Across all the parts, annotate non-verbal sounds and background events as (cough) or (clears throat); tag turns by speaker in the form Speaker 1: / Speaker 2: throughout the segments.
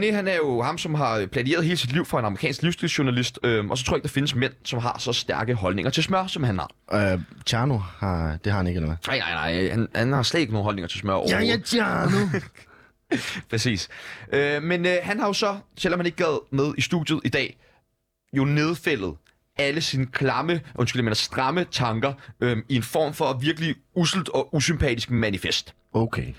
Speaker 1: René, han er jo ham, som har plagieret hele sit liv fra en amerikansk livsstilsjournalist, øhm, og så tror jeg ikke, der findes mænd, som har så stærke holdninger til smør, som han har.
Speaker 2: Øh, Tjerno har... Det har han ikke, eller hvad?
Speaker 1: Nej, nej, nej, han, han har slet ikke nogen holdninger til smør overhovedet.
Speaker 2: Tjerno!
Speaker 1: Præcis. Øh, men øh, han har jo så, selvom han ikke gad med i studiet i dag, jo nedfældet alle sine klamme, undskyld, jeg mener stramme tanker øh, i en form for virkelig uselt og usympatisk manifest.
Speaker 2: Okay.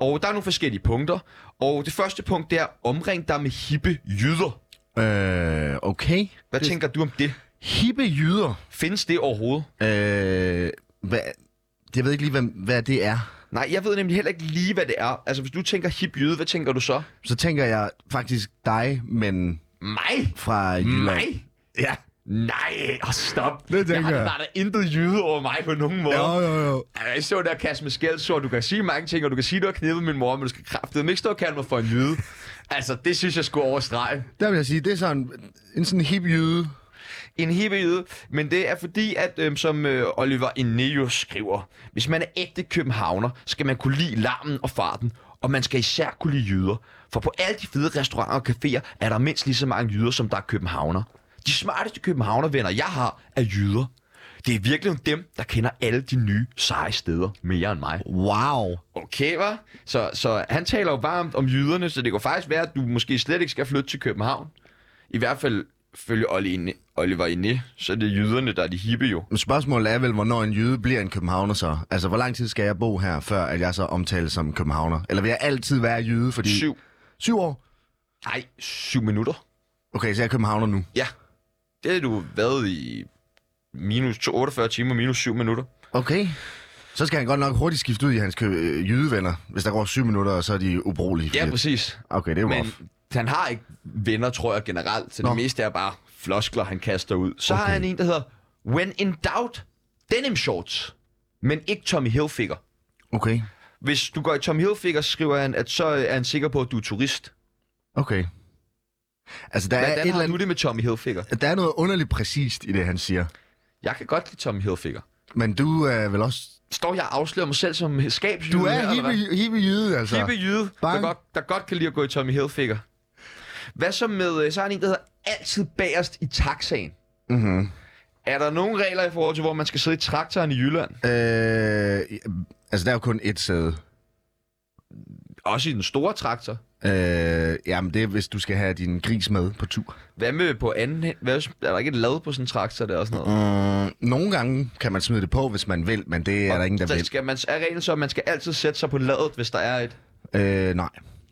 Speaker 1: Og der er nogle forskellige punkter, og det første punkt det er, omring dig med hippe jyder.
Speaker 2: Øh, okay.
Speaker 1: Hvad
Speaker 2: Det-
Speaker 1: tænker du om det?
Speaker 2: Hippe jyder.
Speaker 1: Findes det overhovedet?
Speaker 2: Øh, hvad... Jeg ved ikke lige, hvad, hvad det er.
Speaker 1: Nej, jeg ved nemlig heller ikke lige, hvad det er. Altså, hvis du tænker hip jyde, hvad tænker du så?
Speaker 2: Så tænker jeg faktisk dig, men
Speaker 1: Mig?
Speaker 2: fra Jylland.
Speaker 1: Mig?
Speaker 2: Ja.
Speaker 1: Nej, og stop.
Speaker 2: Det tænker
Speaker 1: jeg.
Speaker 2: jeg.
Speaker 1: Der er da intet jyde over mig på nogen måde.
Speaker 2: Jo, jo, jo.
Speaker 1: Altså, jeg så der kasse med skældsord. Du kan sige mange ting, og du kan sige, du har knippet min mor, men du skal kraftedeme ikke stå og kalde mig for en jyde. Altså, det synes jeg skulle overstrege.
Speaker 2: Der vil jeg sige, det er sådan en sådan hip jyde.
Speaker 1: En hippie men det er fordi, at øhm, som øh, Oliver Ineus skriver, hvis man er ægte københavner, skal man kunne lide larmen og farten, og man skal især kunne lide jyder. For på alle de fede restauranter og caféer er der mindst lige så mange jyder, som der er københavner. De smarteste københavnervenner, jeg har, er jyder. Det er virkelig dem, der kender alle de nye, seje steder mere end mig.
Speaker 2: Wow.
Speaker 1: Okay, hva? Så, så han taler jo varmt om jyderne, så det kan faktisk være, at du måske slet ikke skal flytte til København. I hvert fald følge Olli Ine- Oliver Ine, så er det jyderne, der er de hippe jo.
Speaker 2: Men spørgsmålet er vel, hvornår en jyde bliver en københavner så? Altså, hvor lang tid skal jeg bo her, før at jeg så omtales som københavner? Eller vil jeg altid være jyde, fordi...
Speaker 1: Syv.
Speaker 2: Syv år?
Speaker 1: Nej, syv minutter.
Speaker 2: Okay, så jeg er københavner nu.
Speaker 1: Ja. Det har du været i minus to- 48 timer, minus syv minutter.
Speaker 2: Okay. Så skal han godt nok hurtigt skifte ud i hans kø- øh, jydevenner, hvis der går syv minutter, og så er de ubrugelige.
Speaker 1: Ja,
Speaker 2: fordi-
Speaker 1: præcis.
Speaker 2: Okay, det er jo
Speaker 1: Men
Speaker 2: rough.
Speaker 1: han har ikke venner, tror jeg, generelt. Så
Speaker 2: Nå.
Speaker 1: det meste er bare floskler, han kaster ud. Så okay. har
Speaker 2: Okay.
Speaker 1: han en, der hedder When in doubt, denim shorts. Men ikke Tommy Hilfiger.
Speaker 2: Okay.
Speaker 1: Hvis du går i Tom Hilfiger, skriver han, at så øh, er han sikker på, at du er turist.
Speaker 2: Okay. Altså, der er, et
Speaker 1: Hvordan
Speaker 2: eller
Speaker 1: har du
Speaker 2: andet,
Speaker 1: det med Tommy Hilfiger?
Speaker 2: der er noget underligt præcist i det, han siger.
Speaker 1: Jeg kan godt lide Tommy Hilfiger.
Speaker 2: Men du er vel også...
Speaker 1: Står jeg og afslører mig selv som skabsjyde?
Speaker 2: Du
Speaker 1: her,
Speaker 2: er
Speaker 1: eller hvad?
Speaker 2: hippe, hippe jyde, altså.
Speaker 1: Hippe jyde, der
Speaker 2: Bang.
Speaker 1: godt, der godt kan lide at gå i Tommy Hilfiger. Hvad så med, øh, så er han en, der hedder altid bagerst i taxaen.
Speaker 2: Mm-hmm.
Speaker 1: Er der nogen regler i forhold til, hvor man skal sidde i traktoren i Jylland?
Speaker 2: Øh, altså, der er jo kun et sæde.
Speaker 1: Også i den store traktor.
Speaker 2: Øh, jamen, det er, hvis du skal have din gris med på tur.
Speaker 1: Hvad med på anden? Hvad, hvis- er der ikke et lad på sådan en traktor der og sådan noget?
Speaker 2: Mm, nogle gange kan man smide det på, hvis man vil, men det er der ingen, der
Speaker 1: så
Speaker 2: vil.
Speaker 1: skal man, er reglen så, at man skal altid sætte sig på ladet, hvis der er et?
Speaker 2: Øh, nej.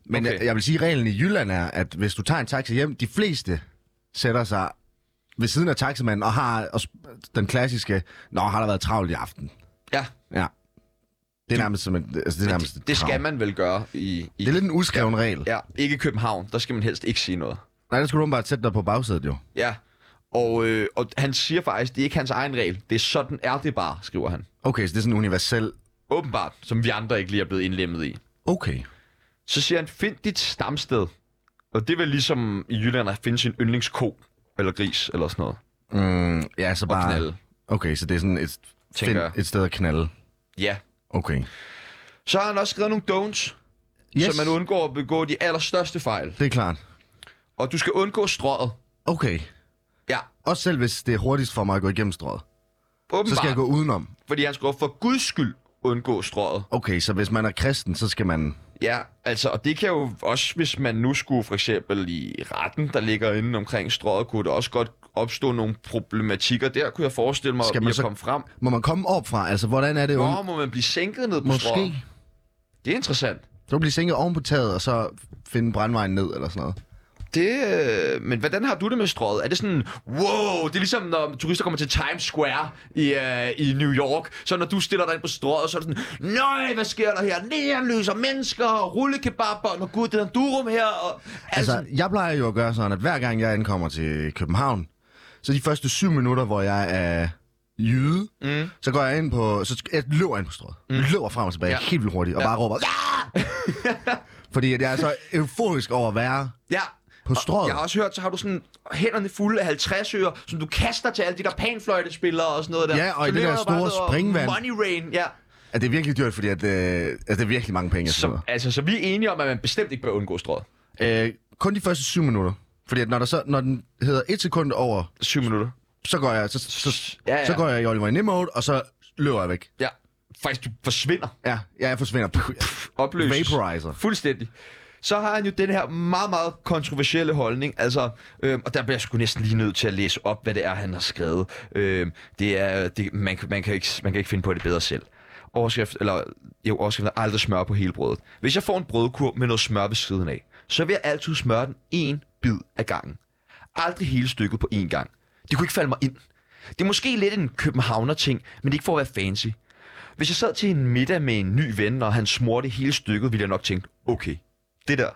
Speaker 2: Men
Speaker 1: Okay.
Speaker 2: okay. jeg, jeg vil sige, at reglen i Jylland er, at hvis du tager en taxa hjem, de fleste sætter sig ved siden af taxamanden og har og sp- den klassiske, Nå, har der været travlt i aften?
Speaker 1: Ja,
Speaker 2: Ja. Det er nærmest som en, altså, det er nærmest
Speaker 1: det, det skal man vel gøre i, i
Speaker 2: Det er lidt en uskreven regel.
Speaker 1: Ja, ikke i København. Der skal man helst ikke sige noget.
Speaker 2: Nej, der skulle du bare sætte dig på bagsædet jo.
Speaker 1: Ja. Og, øh, og han siger faktisk, det er ikke hans egen regel. Det er sådan er det bare, skriver han.
Speaker 2: Okay, så det er sådan en universel...
Speaker 1: Åbenbart, som vi andre ikke lige er blevet indlemmet i.
Speaker 2: Okay.
Speaker 1: Så siger han, find dit stamsted. Og det er vel ligesom i Jylland at finde sin yndlingsko, eller gris, eller sådan noget.
Speaker 2: Mm, ja, så
Speaker 1: Og
Speaker 2: bare...
Speaker 1: knalde,
Speaker 2: Okay, så det er sådan et, find
Speaker 1: tænker jeg.
Speaker 2: et sted at knalde.
Speaker 1: Ja.
Speaker 2: Okay.
Speaker 1: Så har han også skrevet nogle don'ts, yes. så man undgår at begå de allerstørste fejl.
Speaker 2: det er klart.
Speaker 1: Og du skal undgå strøget.
Speaker 2: Okay.
Speaker 1: Ja,
Speaker 2: Også selv hvis det er hurtigst for mig at gå igennem strået.
Speaker 1: åbenbart.
Speaker 2: Så skal jeg gå udenom.
Speaker 1: Fordi han skriver, for guds skyld undgå strøget.
Speaker 2: Okay, så hvis man er kristen, så skal man...
Speaker 1: Ja, altså, og det kan jo også, hvis man nu skulle for eksempel i retten, der ligger inde omkring strøget, kunne der også godt opstå nogle problematikker. Der kunne jeg forestille mig,
Speaker 2: Skal
Speaker 1: at
Speaker 2: man
Speaker 1: man så...
Speaker 2: så-
Speaker 1: komme frem.
Speaker 2: Må man komme op fra? Altså, hvordan er det?
Speaker 1: Hvor må man blive sænket ned på strøget?
Speaker 2: Måske.
Speaker 1: Det er interessant.
Speaker 2: Så bliver sænket oven på taget, og så finde brandvejen ned eller sådan noget.
Speaker 1: Det, øh, men hvordan har du det med strøget? Er det sådan, wow, det er ligesom når turister kommer til Times Square i, øh, i New York, så når du stiller dig ind på strøget, så er det sådan, nej, hvad sker der her? Neonløs og mennesker og rullekebabber, og når gud, det er en durum her. Og,
Speaker 2: Altså, jeg plejer jo at gøre sådan, at hver gang jeg ankommer til København, så de første syv minutter, hvor jeg er jyde, mm. så går jeg ind på... Så sk- jeg løber ind på strået. Mm. Løber frem og tilbage
Speaker 1: Ja.
Speaker 2: ja. helt vildt hurtigt, og ja. bare råber... "Ja!" (laughs) Fordi at jeg er så euforisk over at være
Speaker 1: ja,
Speaker 2: på strået.
Speaker 1: Jeg har også hørt, så har du sådan hænderne fulde af 50 øre, som du kaster til alle de der panfløjtespillere og sådan noget der.
Speaker 2: Ja,
Speaker 1: så
Speaker 2: og i det
Speaker 1: ligger
Speaker 2: der
Speaker 1: du bare
Speaker 2: store
Speaker 1: ned og
Speaker 2: springvand.
Speaker 1: Money rain, ja.
Speaker 2: At det er virkelig dyrt, fordi at, øh, altså, det er virkelig mange penge, jeg
Speaker 1: Så,
Speaker 2: smider.
Speaker 1: altså, så vi er enige om, at man bestemt ikke bør undgå strået.
Speaker 2: Øh, kun de første syv minutter. Fordi at når, der så, når den hedder et sekund over,
Speaker 1: Syv minutter.
Speaker 2: så går jeg, så, så,
Speaker 1: Ja, ja.
Speaker 2: så går jeg i Oliver Inde mode, og så løber jeg væk.
Speaker 1: Ja. Faktisk, du forsvinder.
Speaker 2: Ja, ja jeg forsvinder. Puh, jeg-
Speaker 1: Opløses.
Speaker 2: Vaporizer.
Speaker 1: Fuldstændig. Så har han jo den her meget, meget kontroversielle holdning, altså, øh, og der bliver jeg sgu næsten lige nødt til at læse op, hvad det er, han har skrevet. Øh, det er, det, man, kan- man, kan ikke, man kan ikke finde på det bedre selv. Overskrift, eller jo, overskriften er aldrig smør på hele brødet. Hvis jeg får en brødkurv med noget smør ved siden af, så vil jeg altid smøre den en bid ad gangen. Aldrig hele stykket på én gang. Det kunne ikke falde mig ind. Det er måske lidt en københavner-ting, men det er ikke for at være fancy. Hvis jeg sad til en middag med en ny ven, og han smurte hele stykket, ville jeg nok tænke, okay, det der,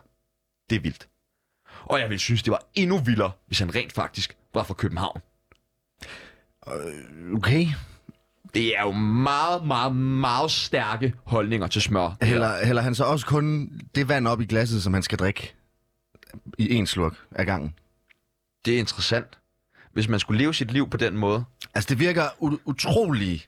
Speaker 1: det er vildt. Og jeg ville synes, det var endnu vildere, hvis han rent faktisk var fra København.
Speaker 2: Okay.
Speaker 1: Det er jo meget, meget, meget stærke holdninger til smør.
Speaker 2: Hælder, hælder han så også kun det vand op i glasset, som han skal drikke i en slurk ad gangen?
Speaker 1: Det er interessant. Hvis man skulle leve sit liv på den måde,
Speaker 2: Altså, det virker u- utrolig...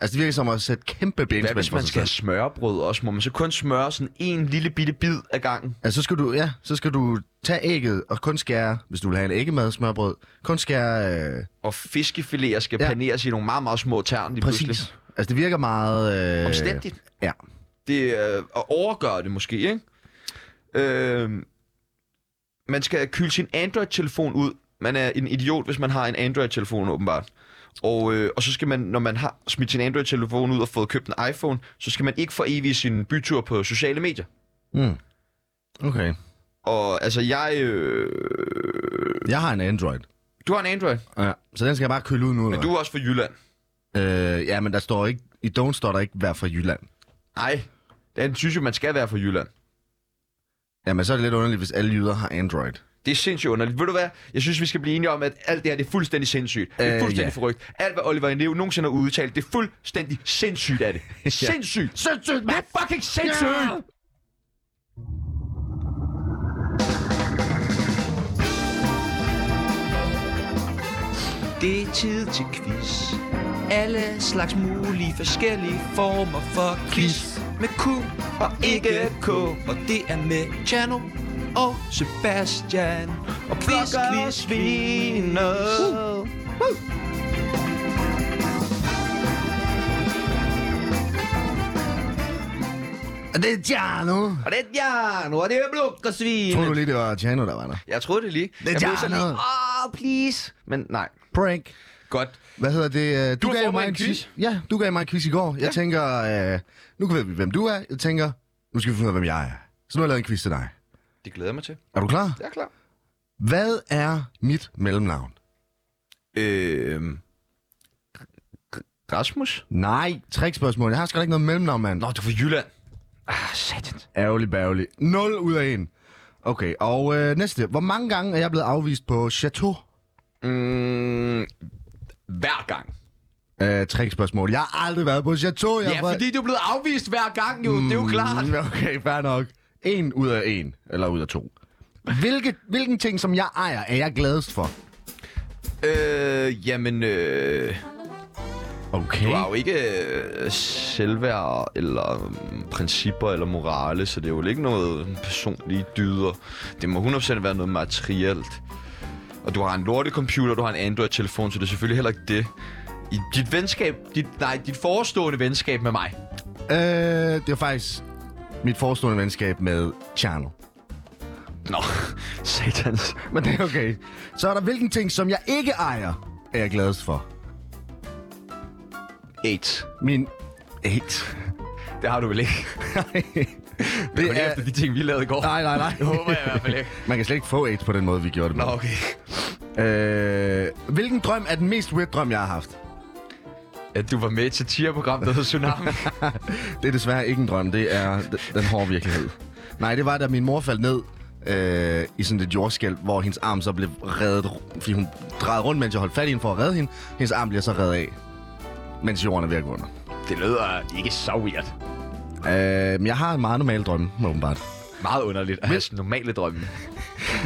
Speaker 2: Altså, det virker som at sætte kæmpe
Speaker 1: hvad
Speaker 2: benspænd
Speaker 1: hvis
Speaker 2: for
Speaker 1: man
Speaker 2: sig
Speaker 1: skal have
Speaker 2: selv.
Speaker 1: smørbrød også? Må man så kun smøre sådan en lille bitte bid af gangen?
Speaker 2: Altså, så skal du, ja, så skal du tage ægget og kun skære, hvis du vil have en æggemad smørbrød, kun skære... Øh,
Speaker 1: Og fiskefiléer skal ja.
Speaker 2: Ja.
Speaker 1: paneres i nogle meget, meget små tern lige
Speaker 2: præcis.
Speaker 1: pludselig.
Speaker 2: Altså, det virker meget... Øh,
Speaker 1: Omstændigt.
Speaker 2: Ja.
Speaker 1: det er at overgøre det måske, ikke? Øh, man skal kylde sin Android-telefon ud. Man er en idiot, hvis man har en Android-telefon, åbenbart. Og, øh, og så skal man, når man har smidt sin Android-telefon ud og fået købt en iPhone, så skal man ikke for evigt sin bytur på sociale medier.
Speaker 2: Mm. Okay.
Speaker 1: Og altså, jeg... Øh,
Speaker 2: Jeg har en Android.
Speaker 1: du har en Android,
Speaker 2: Ja. Så den skal jeg bare køle ud nu.
Speaker 1: men du er også fra Jylland.
Speaker 2: Øh, ja, men der står ikke... I Don't står der ikke, vær fra Jylland.
Speaker 1: Nej, den synes jo, man skal være fra Jylland.
Speaker 2: Jamen, så er det lidt underligt, hvis alle jyder har Android.
Speaker 1: Det er sindssygt underligt. Ved du hvad? Jeg synes, vi skal blive enige om, at alt det her det er fuldstændig sindssygt. Det er
Speaker 2: Øh,
Speaker 1: fuldstændig
Speaker 2: ja.
Speaker 1: forrygt. Alt, hvad Oliver Endev nogensinde har udtalt, det er fuldstændig sindssygt af det. ja. Sindssygt!
Speaker 2: Sindssygt,
Speaker 1: Det er fucking sindssygt!
Speaker 2: Ja!
Speaker 3: Det er tid til quiz. Alle slags mulige forskellige former for quiz. Med Q og ikke K. Og det er med Chano og Sebastian. Og quiz, quiz, quiz.
Speaker 2: Og det er Tjerno.
Speaker 1: Og det er Jarno, og det er Blunkersvin.
Speaker 2: Tror du lige, det var Tjerno, der var der?
Speaker 1: Jeg troede det lige.
Speaker 2: er
Speaker 1: jeg blev så
Speaker 2: Jarno.
Speaker 1: lige, åh, oh, please. Men nej.
Speaker 2: Prank.
Speaker 1: Godt.
Speaker 2: Hvad hedder det? øh,
Speaker 1: Du har forberedt en
Speaker 2: Ja, du gav mig en quiz i går. Jeg tænker, øh, nu ved vi, hvem du er. Jeg tænker, nu skal vi finde ud af, hvem jeg er. Så nu har jeg lavet en quiz til dig.
Speaker 1: Det glæder jeg mig til.
Speaker 2: Er du klar?
Speaker 1: Jeg er klar.
Speaker 2: Hvad er mit mellemnavn?
Speaker 1: Øh, Rasmus?
Speaker 2: Nej, trickspørgsmål. Jeg har sgu da ikke noget mellemnavn, mand.
Speaker 1: Nå, du er fra Jylland. Ah, satans.
Speaker 2: Ærgerlig bærgerlig. 0 ud af 1. Okay, og øh, næste. Hvor mange gange er jeg blevet afvist på Chateau?
Speaker 1: Mm, hver gang.
Speaker 2: Øh, trickspørgsmål. Jeg har aldrig været på Chateau. Jeg
Speaker 1: Ja, fordi du er blevet afvist hver gang, jo. Mm. Det er jo klart.
Speaker 2: Mm, (laughs) Okay, fair nok. En ud af en, eller ud af to. Hvilke, hvilken ting, som jeg ejer, er jeg gladest for?
Speaker 1: Øh, jamen, øh,
Speaker 2: Okay.
Speaker 1: du har jo ikke øh, selvværd eller mm, principper eller morale, så det er jo ikke noget personlige dyder. Det må 100% være noget materielt. Og du har en lortecomputer, du har en Android-telefon, så det er selvfølgelig heller ikke det. I dit venskab, dit, nej, dit forestående venskab med mig,
Speaker 2: Øh, det var faktisk mit forestående venskab med Tjerno. (laughs)
Speaker 1: Nå, satans.
Speaker 2: Men det er okay. Så er der hvilken ting, som jeg ikke ejer, er jeg gladest for?
Speaker 1: AIDS.
Speaker 2: Min... Eight.
Speaker 1: Det har du vel ikke? Det er... efter de ting, vi lavede i går.
Speaker 2: Nej, nej, nej.
Speaker 1: Det håber jeg i hvert fald ikke.
Speaker 2: Man kan slet ikke få AIDS på den måde, vi gjorde det
Speaker 1: Nå,
Speaker 2: med.
Speaker 1: okay.
Speaker 2: Øh, hvilken drøm er den mest weird drøm, jeg har haft?
Speaker 1: At du var med til TIR-program, der hedder Tsunami.
Speaker 2: Det er desværre ikke en drøm, det er d- den hårde virkelighed. Nej, det var, da min mor faldt ned øh, i sådan et jordskælv, hvor hendes arm så blev reddet, ru- fordi hun drejede rundt, mens jeg holdt fat i hende for at redde hende. Hendes arm bliver så reddet af, mens jorden er ved at gå under.
Speaker 1: det lyder ikke så weird.
Speaker 2: Øh, men jeg har en meget normal drømme, åbenbart.
Speaker 1: Meget underligt at have sådan normale drømme.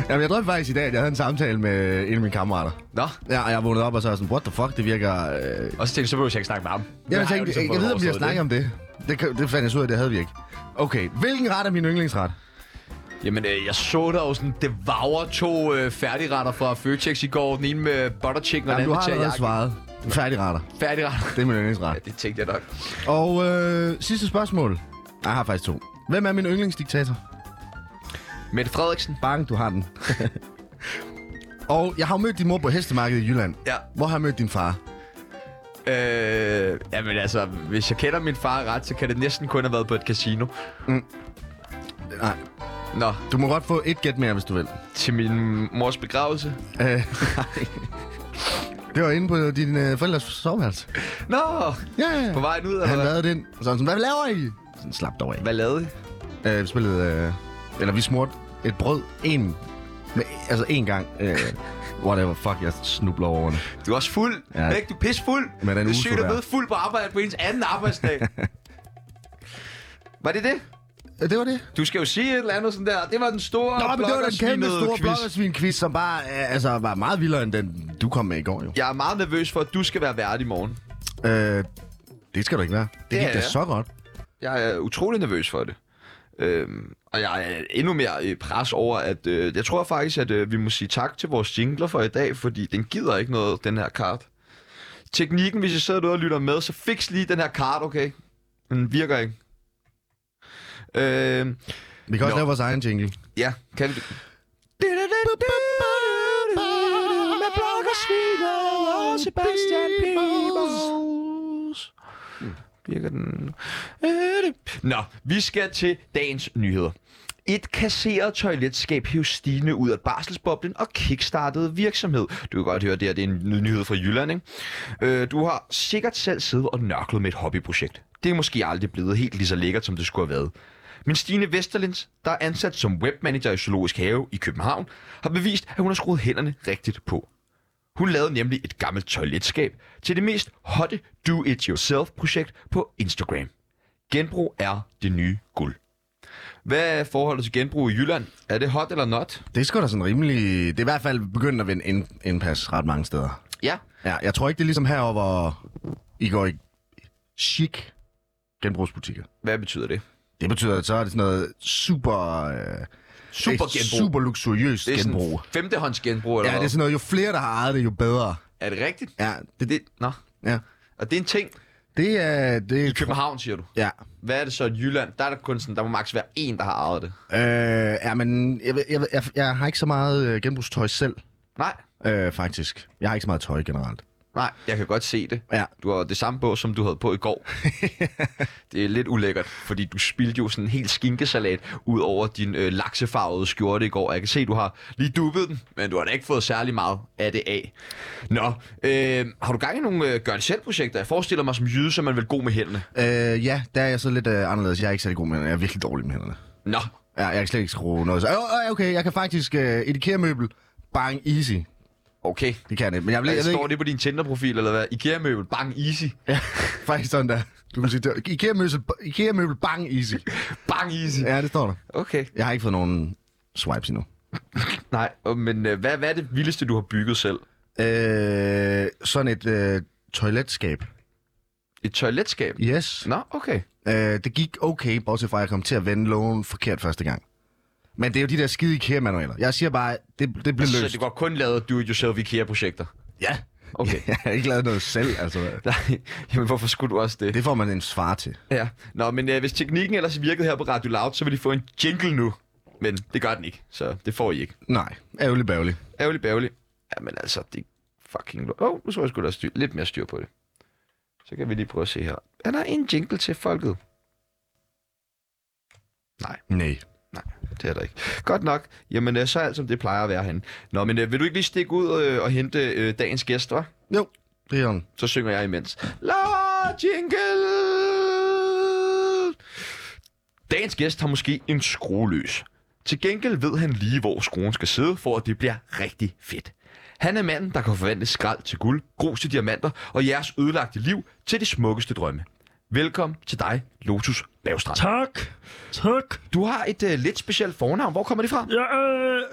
Speaker 2: Jamen, jeg drømte faktisk i dag, at jeg havde en samtale med en af mine kammerater.
Speaker 1: Nå,
Speaker 2: Ja, og jeg vågnede op og så var jeg sådan, what the fuck, det virker... Øh...
Speaker 1: og så tænkte jeg, så behøver jeg ikke snakke med ham. Nu har
Speaker 2: Jeg tænkte,
Speaker 1: ligesom
Speaker 2: jeg, jeg
Speaker 1: fået
Speaker 2: ved, om vi har
Speaker 1: overstået
Speaker 2: snakket om det. Det, kan- det fandt jeg så ud af, det havde vi ikke. Okay, hvilken ret er min yndlingsret?
Speaker 1: det.
Speaker 3: Jamen, øh, jeg så der jo sådan, det vager to øh, færdigretter fra Føtex i går. Den ene med butter chicken, og
Speaker 2: Jamen,
Speaker 3: den
Speaker 2: du har
Speaker 3: anden med
Speaker 2: allerede
Speaker 3: teriyaki.
Speaker 2: svaret. Færdigretter.
Speaker 1: (laughs)
Speaker 3: Færdigretter.
Speaker 2: Det er min yndlingsret.
Speaker 3: Ja, det tænkte jeg nok.
Speaker 2: Og øh, sidste spørgsmål. Ej, Jeg har faktisk to. Hvem er min yndlingsdiktator?
Speaker 1: Mette Frederiksen.
Speaker 2: Bang, du har
Speaker 1: (laughs)
Speaker 2: den. og jeg har jo mødt din mor på hestemarkedet i Jylland.
Speaker 1: Ja.
Speaker 2: Hvor har jeg mødt din far?
Speaker 1: Øh, jamen altså, hvis jeg kender min far ret, så kan det næsten kun have været på et casino.
Speaker 2: Nej,
Speaker 1: Nå,
Speaker 2: du må godt få et gæt mere, hvis
Speaker 1: (laughs)
Speaker 2: du vil.
Speaker 1: til min mors begravelse.
Speaker 2: Øh, nej. (laughs) det var inde på din øh, forældres soveværelse.
Speaker 1: Nå,
Speaker 2: Ja, ja.
Speaker 1: på vejen ud,
Speaker 2: Han
Speaker 1: eller hvad?
Speaker 2: lavede den. Så han sådan, hvad laver I? Sådan, slap dog af.
Speaker 1: Hvad lavede I?
Speaker 2: Øh, vi spillede, øh, eller vi smurte et brød en, med, altså en gang. Øh, whatever, fuck, jeg snubler over det.
Speaker 1: Du er også fuld.
Speaker 2: Ja.
Speaker 1: Ja. Ikke? Du er pissfuld.
Speaker 2: Men den
Speaker 1: det er
Speaker 2: uge
Speaker 1: sygt
Speaker 2: skulle
Speaker 1: at møde
Speaker 2: være.
Speaker 1: fuld på arbejde på ens anden arbejdsdag.
Speaker 2: (laughs)
Speaker 1: var det det?
Speaker 2: Øh, Det var det.
Speaker 1: Du skal jo sige et eller andet sådan der. Det var den store
Speaker 2: Nå, men det var den kæmpe
Speaker 1: blokkersvinede
Speaker 2: store
Speaker 1: quiz.
Speaker 2: blokkersvin-quiz, som bare, øh, altså, var meget vildere end den, du kom med i går, jo.
Speaker 1: Jeg er meget nervøs for, at du skal være vært i morgen.
Speaker 2: Øh, det skal du ikke være. Det
Speaker 1: Det
Speaker 2: gik
Speaker 1: er
Speaker 2: da
Speaker 1: jeg.
Speaker 2: så godt.
Speaker 1: Jeg er utrolig nervøs for det. Øhm, og jeg er endnu mere i pres over, at øh, jeg tror faktisk, at øh, vi må sige tak til vores jingler for i dag, fordi den gider ikke noget, den her kart. Teknikken, hvis jeg sidder derude og lytter med, så fix lige den her kart, okay? Den virker ikke. Øhm,
Speaker 2: Vi kan også
Speaker 1: Nå.
Speaker 2: lave vores egen jingle.
Speaker 1: ja, kan du... Med blok og sviner og Sebastian Peebles. Virker den... Nå, vi skal til dagens nyheder. Et kasseret toiletskab hæv stigende ud af barselsboblen og kickstartede virksomhed. Du kan godt høre, det her det er en ny- nyhed fra Jylland, ikke? Øh, du har sikkert selv siddet og nørklet med et hobbyprojekt. Det er måske aldrig blevet helt lige så lækkert, som det skulle have været. Men Stine Vesterlins, der er ansat som webmanager i Zoologisk Have i København, har bevist, at hun har skruet hænderne rigtigt på. Hun lavede nemlig et gammelt toiletskab til det mest hotte do-it-yourself-projekt på Instagram. Genbrug er det nye guld. Hvad er forholdet til genbrug i Jylland? Er det hot eller not?
Speaker 2: Det er sgu da sådan rimelig... Det er i hvert fald begyndt at vende ind, indpas ret mange steder.
Speaker 1: Ja.
Speaker 2: Ja, jeg tror ikke, det er ligesom herover, hvor I går i chic genbrugsbutikker.
Speaker 1: Hvad betyder det?
Speaker 2: Det betyder, at så er det sådan noget super... Øh,
Speaker 1: Super
Speaker 2: et
Speaker 1: genbrug.
Speaker 2: Super luksuriøst
Speaker 1: det er
Speaker 2: genbrug.
Speaker 1: sådan femtehånds genbrug, eller
Speaker 2: Ja, det er
Speaker 1: hvad?
Speaker 2: sådan noget, jo flere, der har ejet det, jo bedre.
Speaker 1: er det rigtigt?
Speaker 2: Ja, det,
Speaker 1: Det, nå.
Speaker 2: ja.
Speaker 1: Og det er en ting
Speaker 2: det er... Det,
Speaker 1: i København, siger du.
Speaker 2: ja.
Speaker 1: Hvad er det så i Jylland? Der er der kun sådan, der må maks være en, der har ejet det.
Speaker 2: Øh, ja, men jeg, ved- jeg, ved- jeg, jeg har ikke så meget øh, genbrugstøj selv,
Speaker 1: Nej,
Speaker 2: øh, faktisk. Jeg har ikke så meget tøj generelt.
Speaker 1: nej, jeg kan godt se det.
Speaker 2: Ja.
Speaker 1: Du har det samme på, som du havde på i
Speaker 2: (laughs)
Speaker 1: går. det er lidt ulækkert, fordi du spildte jo sådan en helt skinkesalat ud over din øh, laksefarvede skjorte i går. Jeg kan se, du har lige duppet den, men du har da ikke fået særlig meget af det af. Nå, øh, har du gang i nogle øh, gør-det-selv-projekter? Jeg forestiller mig som jyde, så er man vel god med hænderne.
Speaker 2: Øh, ja, der er jeg så lidt øh, anderledes. Jeg er ikke særlig god med hænderne. Jeg er virkelig dårlig med hænderne.
Speaker 1: Nå,
Speaker 2: Ja, jeg kan slet ikke skrue noget. Så, øh, øh, okay, jeg kan faktisk øh, et IKEA-møbel. Bang, easy.
Speaker 1: okay.
Speaker 2: Det kan jeg ikke. Men jeg, vil, jeg,
Speaker 1: Jeg
Speaker 2: ved
Speaker 1: Står
Speaker 2: ikke,
Speaker 1: det på din Tinder-profil, eller hvad? IKEA-møbel, bang, easy.
Speaker 2: ja, (laughs) faktisk sådan der. Du kan sige, det var IKEA-møbel, IKEA-møbel, bang, easy.
Speaker 1: Bang, easy.
Speaker 2: Ja, det står der.
Speaker 1: Okay.
Speaker 2: Jeg har ikke fået nogen swipes endnu.
Speaker 1: Nej, og- men øh, hvad, hvad er det vildeste, du har bygget selv?
Speaker 2: Øh, sådan et øh, toiletskab.
Speaker 1: Et toiletskab?
Speaker 2: Yes.
Speaker 1: Nå, okay.
Speaker 2: Øh, det gik okay, bortset fra, at jeg kom til at vende lågen forkert første gang. Men det er jo de der skide IKEA-manualer. Jeg siger bare, at det, Altså, det blev
Speaker 1: Så
Speaker 2: løst.
Speaker 1: du går kun lavet do-it-yourself IKEA-projekter?
Speaker 2: Ja.
Speaker 1: Okay.
Speaker 2: (laughs) Jeg har ikke lavet noget selv, altså.
Speaker 1: Nej, (laughs) jamen hvorfor skulle du også det?
Speaker 2: Det får man en svar til.
Speaker 1: Ja. Nå, men øh, hvis teknikken ellers virkede her på Radio Loud, så vil de få en jingle nu. Men det gør den ikke, så det får I ikke.
Speaker 2: Nej, ærgerlig bærgerlig.
Speaker 1: Ærgerlig bærgerlig. Jamen altså, det er fucking... Åh, oh, nu tror jeg sgu, der er styr, lidt mere styr på det. Så kan vi lige prøve at se her. Er der en jingle til folket?
Speaker 2: Nej.
Speaker 1: Nej, det er der ikke. Godt nok. Jamen, øh, så er alt, som det plejer at være henne. Nå, men øh, vil du ikke lige stikke ud øh, og hente øh, dagens gæst, hva'?
Speaker 2: Jo, det er den.
Speaker 1: Så synger jeg imens. La jingle! Dagens gæst har måske en skrue løs. Til gengæld ved han lige, hvor skruen skal sidde, for at det bliver rigtig fedt. Han er manden, der kan forvandle skrald til guld, grus til diamanter og jeres ødelagte liv til de smukkeste drømme. Velkommen til dig, Lotus Bavstrand.
Speaker 4: Tak. Tak.
Speaker 1: Du har et uh, lidt specielt fornavn. Hvor kommer det fra?
Speaker 4: Ja,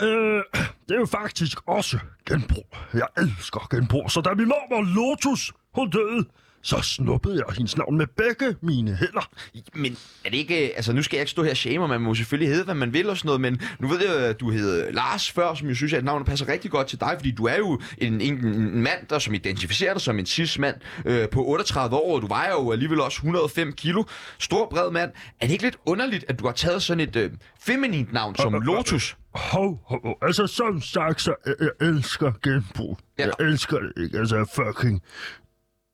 Speaker 4: øh, øh, det er jo faktisk også genbrug. Jeg elsker genbrug. Så da min mormor Lotus, hun døde, så snuppede jeg hendes navn med begge mine hænder.
Speaker 1: Men er det ikke... øh, Altså, nu skal jeg ikke stå her og shame, og man må selvfølgelig hedde, hvad man vil og sådan noget, men nu ved jeg, at du hed Lars før, som jeg synes, at navnet passer rigtig godt til dig, fordi du er jo en, en, en mand, der som identificerer dig som en cis-mand øh, på 38 år, og du vejer jo alligevel også 105 kilo. Stor, bred mand. Er det ikke lidt underligt, at du har taget sådan et øh, feminint navn (laughs) som Lotus?
Speaker 4: Hov, hov, hov. altså som sagt, så jeg, jeg elsker genbrug.
Speaker 1: Ja.
Speaker 4: Ja. Jeg elsker det, ikke? Altså, jeg fucking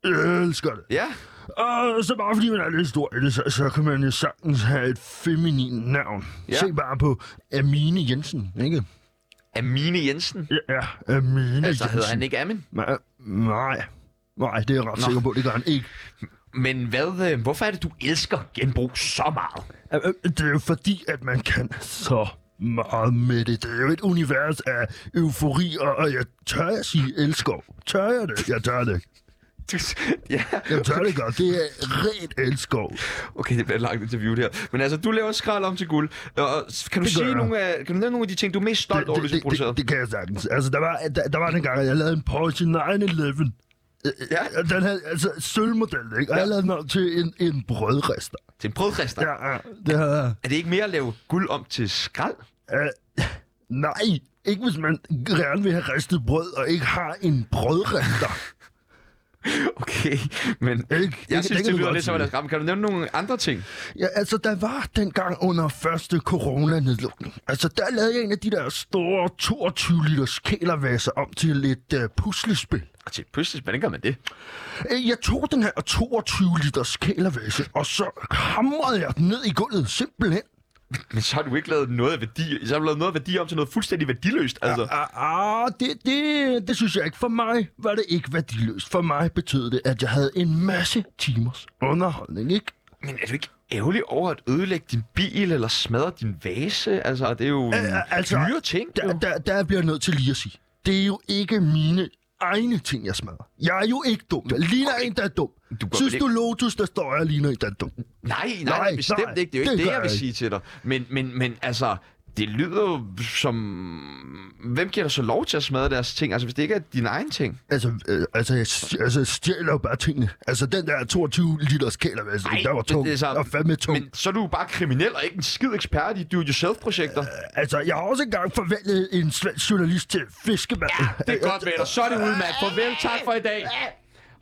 Speaker 4: jeg elsker det.
Speaker 1: Ja,
Speaker 4: Og så bare fordi man er lidt stor i det, så, så kan man jo sagtens have et feminin navn.
Speaker 1: Ja.
Speaker 4: Ja. Se bare på Amine Jensen, ikke?
Speaker 1: Amine Jensen.
Speaker 4: Ja, ja Amine
Speaker 1: Altså
Speaker 4: Jensen.
Speaker 1: hedder han ikke Amin.
Speaker 4: Nej, nej, nej, det er jeg ret
Speaker 1: Nå.
Speaker 4: Nå. sikker på, det gør han ikke.
Speaker 1: Men hvad, øh, hvorfor er det, du elsker genbrug så meget?
Speaker 4: Øh, øh, Det er jo fordi, at man kan så meget med det. Det er jo et univers af eufori, og, og jeg tør at sige elskov. Tør jeg det? Jeg tør det. ikke.
Speaker 1: (laughs) ja,
Speaker 4: Jeg tør det godt. Det er rent elskov.
Speaker 1: Okay, det bliver et langt interview det her. Men altså, du laver skrald om til guld. Og s- kan du,
Speaker 4: Det gør
Speaker 1: sige
Speaker 4: jeg.
Speaker 1: nogle af, kan du nævne nogle af de ting, du er mest stolt over, hvis du
Speaker 4: det, det,
Speaker 1: producerer?
Speaker 4: det, det kan jeg sagtens. Altså, der var, der, der var den gang, at jeg lavede en Porsche 911. Øh, øh,
Speaker 1: Ja.
Speaker 4: Den havde, altså, sølvmodel, ikke? Og
Speaker 1: Ja.
Speaker 4: jeg lavede den om til en, en brødrester.
Speaker 1: Til en brødrester. Ja.
Speaker 4: Ja, ja, det havde jeg.
Speaker 1: Er det ikke mere at lave guld om til skrald?
Speaker 4: Øh, nej, ikke hvis man gerne vil have ristet brød, og ikke har en brødrester.
Speaker 1: (laughs) Okay, men
Speaker 4: Ikke?
Speaker 1: jeg
Speaker 4: kan-
Speaker 1: synes, det,
Speaker 4: kan du
Speaker 1: lyder
Speaker 4: godt
Speaker 1: lidt som at
Speaker 4: sige.
Speaker 1: lave skrald. Men Kan du nævne nogle andre ting?
Speaker 4: Ja, altså, der var dengang under første coronanedlukning. Altså, der lavede jeg en af de der store 22-liters kælervasser om til et uh, puslespil.
Speaker 1: Og til pludselig, hvordan gør man det?
Speaker 4: Øh, Jeg tog den her 22-liters kælervasse, og så hamrede jeg den ned i gulvet, simpelthen.
Speaker 1: Men så har du ikke lavet noget af værdi. Så har du lavet noget af værdi om til noget fuldstændig værdiløst. Altså.
Speaker 4: Ah, ah, det, det, det synes jeg ikke. For mig var det ikke værdiløst. For mig betød det, at jeg havde en masse timers underholdning, ikke?
Speaker 1: Men er du ikke ærgerlig over at ødelægge din bil eller smadre din vase? Altså, det er jo
Speaker 4: Øh, øh, altså,
Speaker 1: dyre ting.
Speaker 4: Der,
Speaker 1: jo.
Speaker 4: der, der bliver jeg nødt til lige at sige, det er jo ikke mine egne ting, jeg smadrer. Jeg er jo ikke dum. Jeg ligner en, der er dum.
Speaker 1: Du går
Speaker 4: Synes
Speaker 1: vel
Speaker 4: du, Lotus, der står jeg ligner en, der er dum?
Speaker 1: Nej, nej, nej
Speaker 4: Nej,
Speaker 1: bestemt
Speaker 4: nej,
Speaker 1: ikke. Det er jo
Speaker 4: det
Speaker 1: ikke det,
Speaker 4: gør
Speaker 1: jeg vil
Speaker 4: jeg
Speaker 1: sige til dig. Men, men, men altså, det lyder jo som... Hvem giver dig så lov til at smadre deres ting? Altså, hvis det ikke er dine egne ting.
Speaker 4: Altså, øh, altså, jeg, stj- altså, jeg stjæler jo bare tingene. Altså, den der 22 liters kælervasse,
Speaker 1: Ej,
Speaker 4: der var
Speaker 1: det-
Speaker 4: tung.
Speaker 1: det er så-
Speaker 4: Der var fandme tung. Men...
Speaker 1: Men så er du jo bare kriminel og ikke en skid ekspert i do-it-yourself-projekter. Ja,
Speaker 4: Altså, jeg har også engang forvandlet en svensk journalist til fiskemand.
Speaker 1: det er godt med dig. Så er det ud, mand. Farvel. Tak for i dag.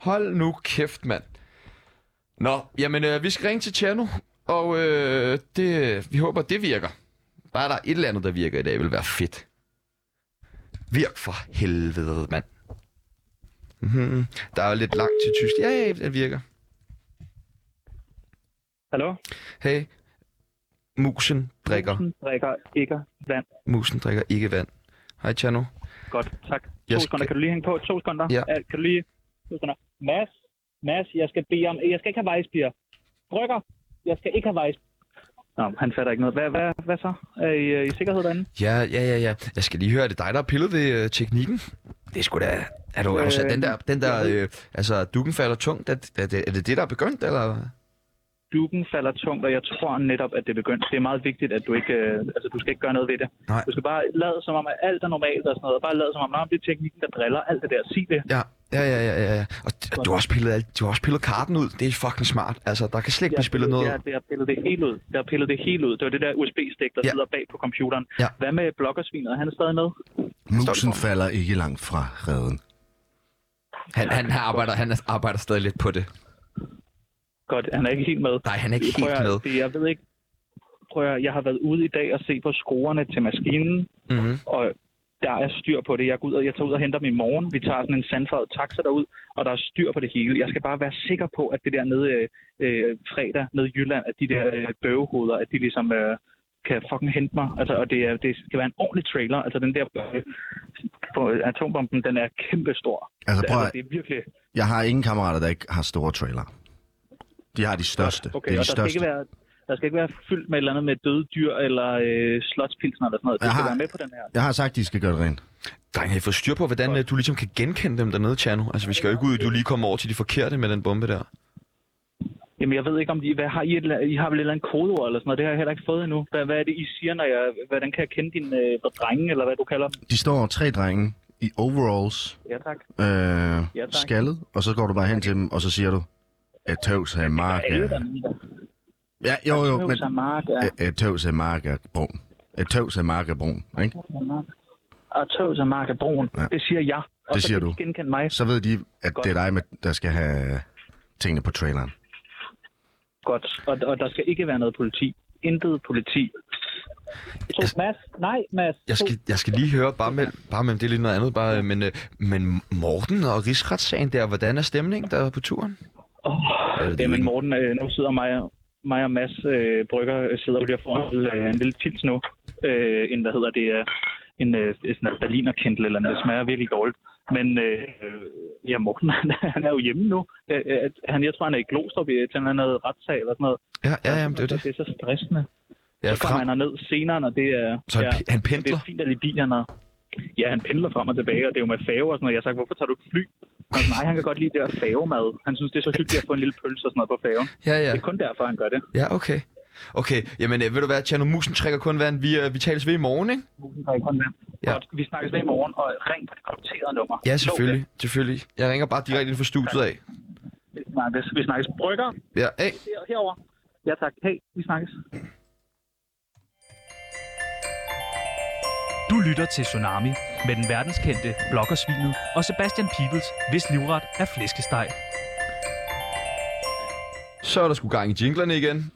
Speaker 1: Hold nu kæft, mand. Nå, jamen, øh, vi skal ringe til Tjerno, og øh, det, vi håber, det virker. Bare der er et eller andet, der virker i dag, vil være fedt. Virk for helvede, mand. Mm-hmm. Der er jo lidt langt til tysk. Ja, ja, det virker.
Speaker 5: Hallo?
Speaker 1: Hey, musen drikker.
Speaker 5: Musen drikker ikke vand.
Speaker 1: Musen drikker ikke vand. Hej, Tjerno.
Speaker 5: Godt, tak. To
Speaker 1: Jeg skal-
Speaker 5: jeg sekunder. Kan du lige hænge på? To sekunder.
Speaker 1: Ja.
Speaker 5: Øh, Kan du lige... To sekunder. Mads, Mads, jeg skal bede om... Jeg skal ikke have vejspiger. Brygger, jeg skal ikke have vejspiger. Nå, han fatter ikke noget. Hvad, hvad, hvad så? Er I, øh, i sikkerhed derinde?
Speaker 1: Ja, ja, ja, ja. Jeg skal lige høre, er det dig, der har pillet ved øh, teknikken? Det er sgu da... Er du, er du sat den der... Den der øh, altså, dukken falder tungt. Er, er, det, er det det, der er begyndt, eller?
Speaker 5: Dukken falder tungt, og jeg tror netop, at det er begyndt. Det er meget vigtigt, at du ikke... Øh, altså, du skal ikke gøre noget ved det.
Speaker 1: Nej.
Speaker 5: Du skal bare lade som om, at alt er normalt og sådan noget. Bare lade som om, at det er teknikken, der driller. Alt det der. Sig det.
Speaker 1: Ja, ja, ja, ja, ja, ja. Og d- du har, også pillet, alt- du har også pillet karten ud. Det er fucking smart. Altså, der kan slet ikke blive spillet noget.
Speaker 5: Jeg, jeg, jeg pillede det hele ud. Jeg pillede det hele ud. Det var det der USB-stik, der
Speaker 1: Ja.
Speaker 5: ja. sidder bag på computeren.
Speaker 1: Ja.
Speaker 5: Hvad med blokkersvinet? Han er stadig med.
Speaker 2: Musen falder ikke langt fra redden.
Speaker 1: Han, han, han, arbejder, han arbejder stadig lidt på det.
Speaker 5: Godt, han er ikke helt med.
Speaker 1: Nej, han er ikke
Speaker 5: Prøv
Speaker 1: helt
Speaker 5: at-
Speaker 1: med.
Speaker 5: Det, jeg ved ikke. Prøv at, høre, jeg har været ude i dag og se på skruerne til maskinen,
Speaker 1: Mm-hmm.
Speaker 5: og der er styr på det. Jeg, går ud og, jeg tager ud og henter dem i morgen. Vi tager sådan en sandfarvet taxa derud, og der er styr på det hele. Jeg skal bare være sikker på, at det der nede øh, øh, fredag nede i Jylland, at de der øh, bøvehoveder, at de ligesom øh, kan fucking hente mig. Altså, og det, er, det skal være en ordentlig trailer. Altså, den der øh, for- atombomben, den er kæmpestor.
Speaker 2: Altså prøv
Speaker 5: Altså,
Speaker 2: at,
Speaker 5: det er virkelig...
Speaker 2: jeg har ingen kammerater, der ikke har store trailer. De har de største.
Speaker 5: Okay,
Speaker 2: det er
Speaker 5: og
Speaker 2: de
Speaker 5: der skal, ikke
Speaker 2: største.
Speaker 5: være, der skal ikke være fyldt med et eller andet med døde dyr eller øh, slotspilsen eller sådan noget. Det
Speaker 2: Jeg
Speaker 5: skal
Speaker 2: har-
Speaker 5: være med på den her.
Speaker 2: Jeg har sagt, de skal gøre det rent.
Speaker 1: Dreng, har I fået styr på, hvordan øh, du ligesom kan genkende dem dernede, Tjerno? Altså, vi skal jo ikke ud, at du lige kommer over til de forkerte med den bombe der.
Speaker 5: Jamen, jeg ved ikke, om de... Hvad har I, et, eller andet- I har vel et eller andet kodeord eller sådan noget? Det har jeg heller ikke fået endnu. Hvad, hvad er det, I siger, når jeg... Hvordan kan jeg kende dine øh, drenge, eller hvad du kalder dem?
Speaker 2: De står tre drenge i overalls,
Speaker 5: Ja, tak.
Speaker 2: øh,
Speaker 5: tak.
Speaker 2: skaldet, og så går du bare hen til dem, og så siger du, øh, tøvs af mark
Speaker 5: Alle
Speaker 2: er...
Speaker 5: dernede, der
Speaker 2: Ja, jo, jo, men
Speaker 5: tøvs af mark er,
Speaker 2: øh, øh, tøvs af mark er brun. Øh, Tøvs af mark er brun, ikke?
Speaker 5: og tøvs af mark er brun.
Speaker 2: Ja.
Speaker 5: Det siger jeg. Og
Speaker 2: Det
Speaker 5: så
Speaker 2: siger
Speaker 5: kan
Speaker 2: du.
Speaker 5: de Genkende mig.
Speaker 2: Så ved de, at det er dig, med- der skal have tingene på traileren.
Speaker 5: Godt. Og, og der skal ikke være noget politi. Intet politi. Så Mads, nej Mads.
Speaker 1: Jeg skal, jeg skal lige høre, bare med, bare med, det er lidt noget andet, bare, øh, men, øh, men Morten og rigsretssagen der, hvordan er stemningen der på turen?
Speaker 5: Oh,
Speaker 1: det er jo
Speaker 5: jamen
Speaker 1: ikke-
Speaker 5: Morten, øh, nu sidder mig, mig og Mads øh, Brygger øh, sidder jo lige og får en, lille- øh, en lille tils nu. Øh, en, hvad hedder det, øh, en øh, sådan en berlinerkindel eller noget. Det smager virkelig dårligt. Men øh, øh, ja, Morten, (laughs) han, er- han er jo hjemme nu. Øh, øh, han, jeg tror, han er i Glostrup i til en eller anden retssag eller sådan noget.
Speaker 1: Ja, ja, jamen, det er jo det.
Speaker 5: det er så stressende.
Speaker 1: Ja,
Speaker 5: Så kommer
Speaker 1: frem,
Speaker 5: han herned senere, når det er...
Speaker 1: så han, han
Speaker 5: Det
Speaker 1: pendler.
Speaker 5: er fint, at lige bilen er... Ja, han pendler frem og tilbage, og det er jo med fave og sådan noget. Jeg har sagt, hvorfor tager du ikke fly? Og han, nej, han kan godt lide det der favemad. Han synes, det er så hyggeligt at få en lille pølse og sådan noget på faven. Ja.
Speaker 1: Ja, ja.
Speaker 5: Det er kun derfor, han gør det.
Speaker 1: Ja, okay. Okay, jamen øh, ved du hvad, Tjerno Musen trækker kun vand. Vi, øh, vi tales ved i morgen, ikke?
Speaker 5: Musen tager ikke hånd med.
Speaker 1: Ja.
Speaker 5: Godt, vi snakkes ved i morgen, og ring på det krypterede nummer.
Speaker 1: Ja,
Speaker 5: Lov
Speaker 1: selvfølgelig. Selvfølgelig. Jeg ringer bare direkte ind fra studiet af.
Speaker 5: det. Vi snakkes. Vi snakkes. Brygger
Speaker 1: Ja, hey.
Speaker 5: her, herover. Ja, tak. Hey, vi snakkes.
Speaker 6: Du lytter til Tsunami med den verdenskendte bloggersvinet og Sebastian Pibels, hvis livret er flæskesteg.
Speaker 1: Så er der sgu gang i jinglerne igen.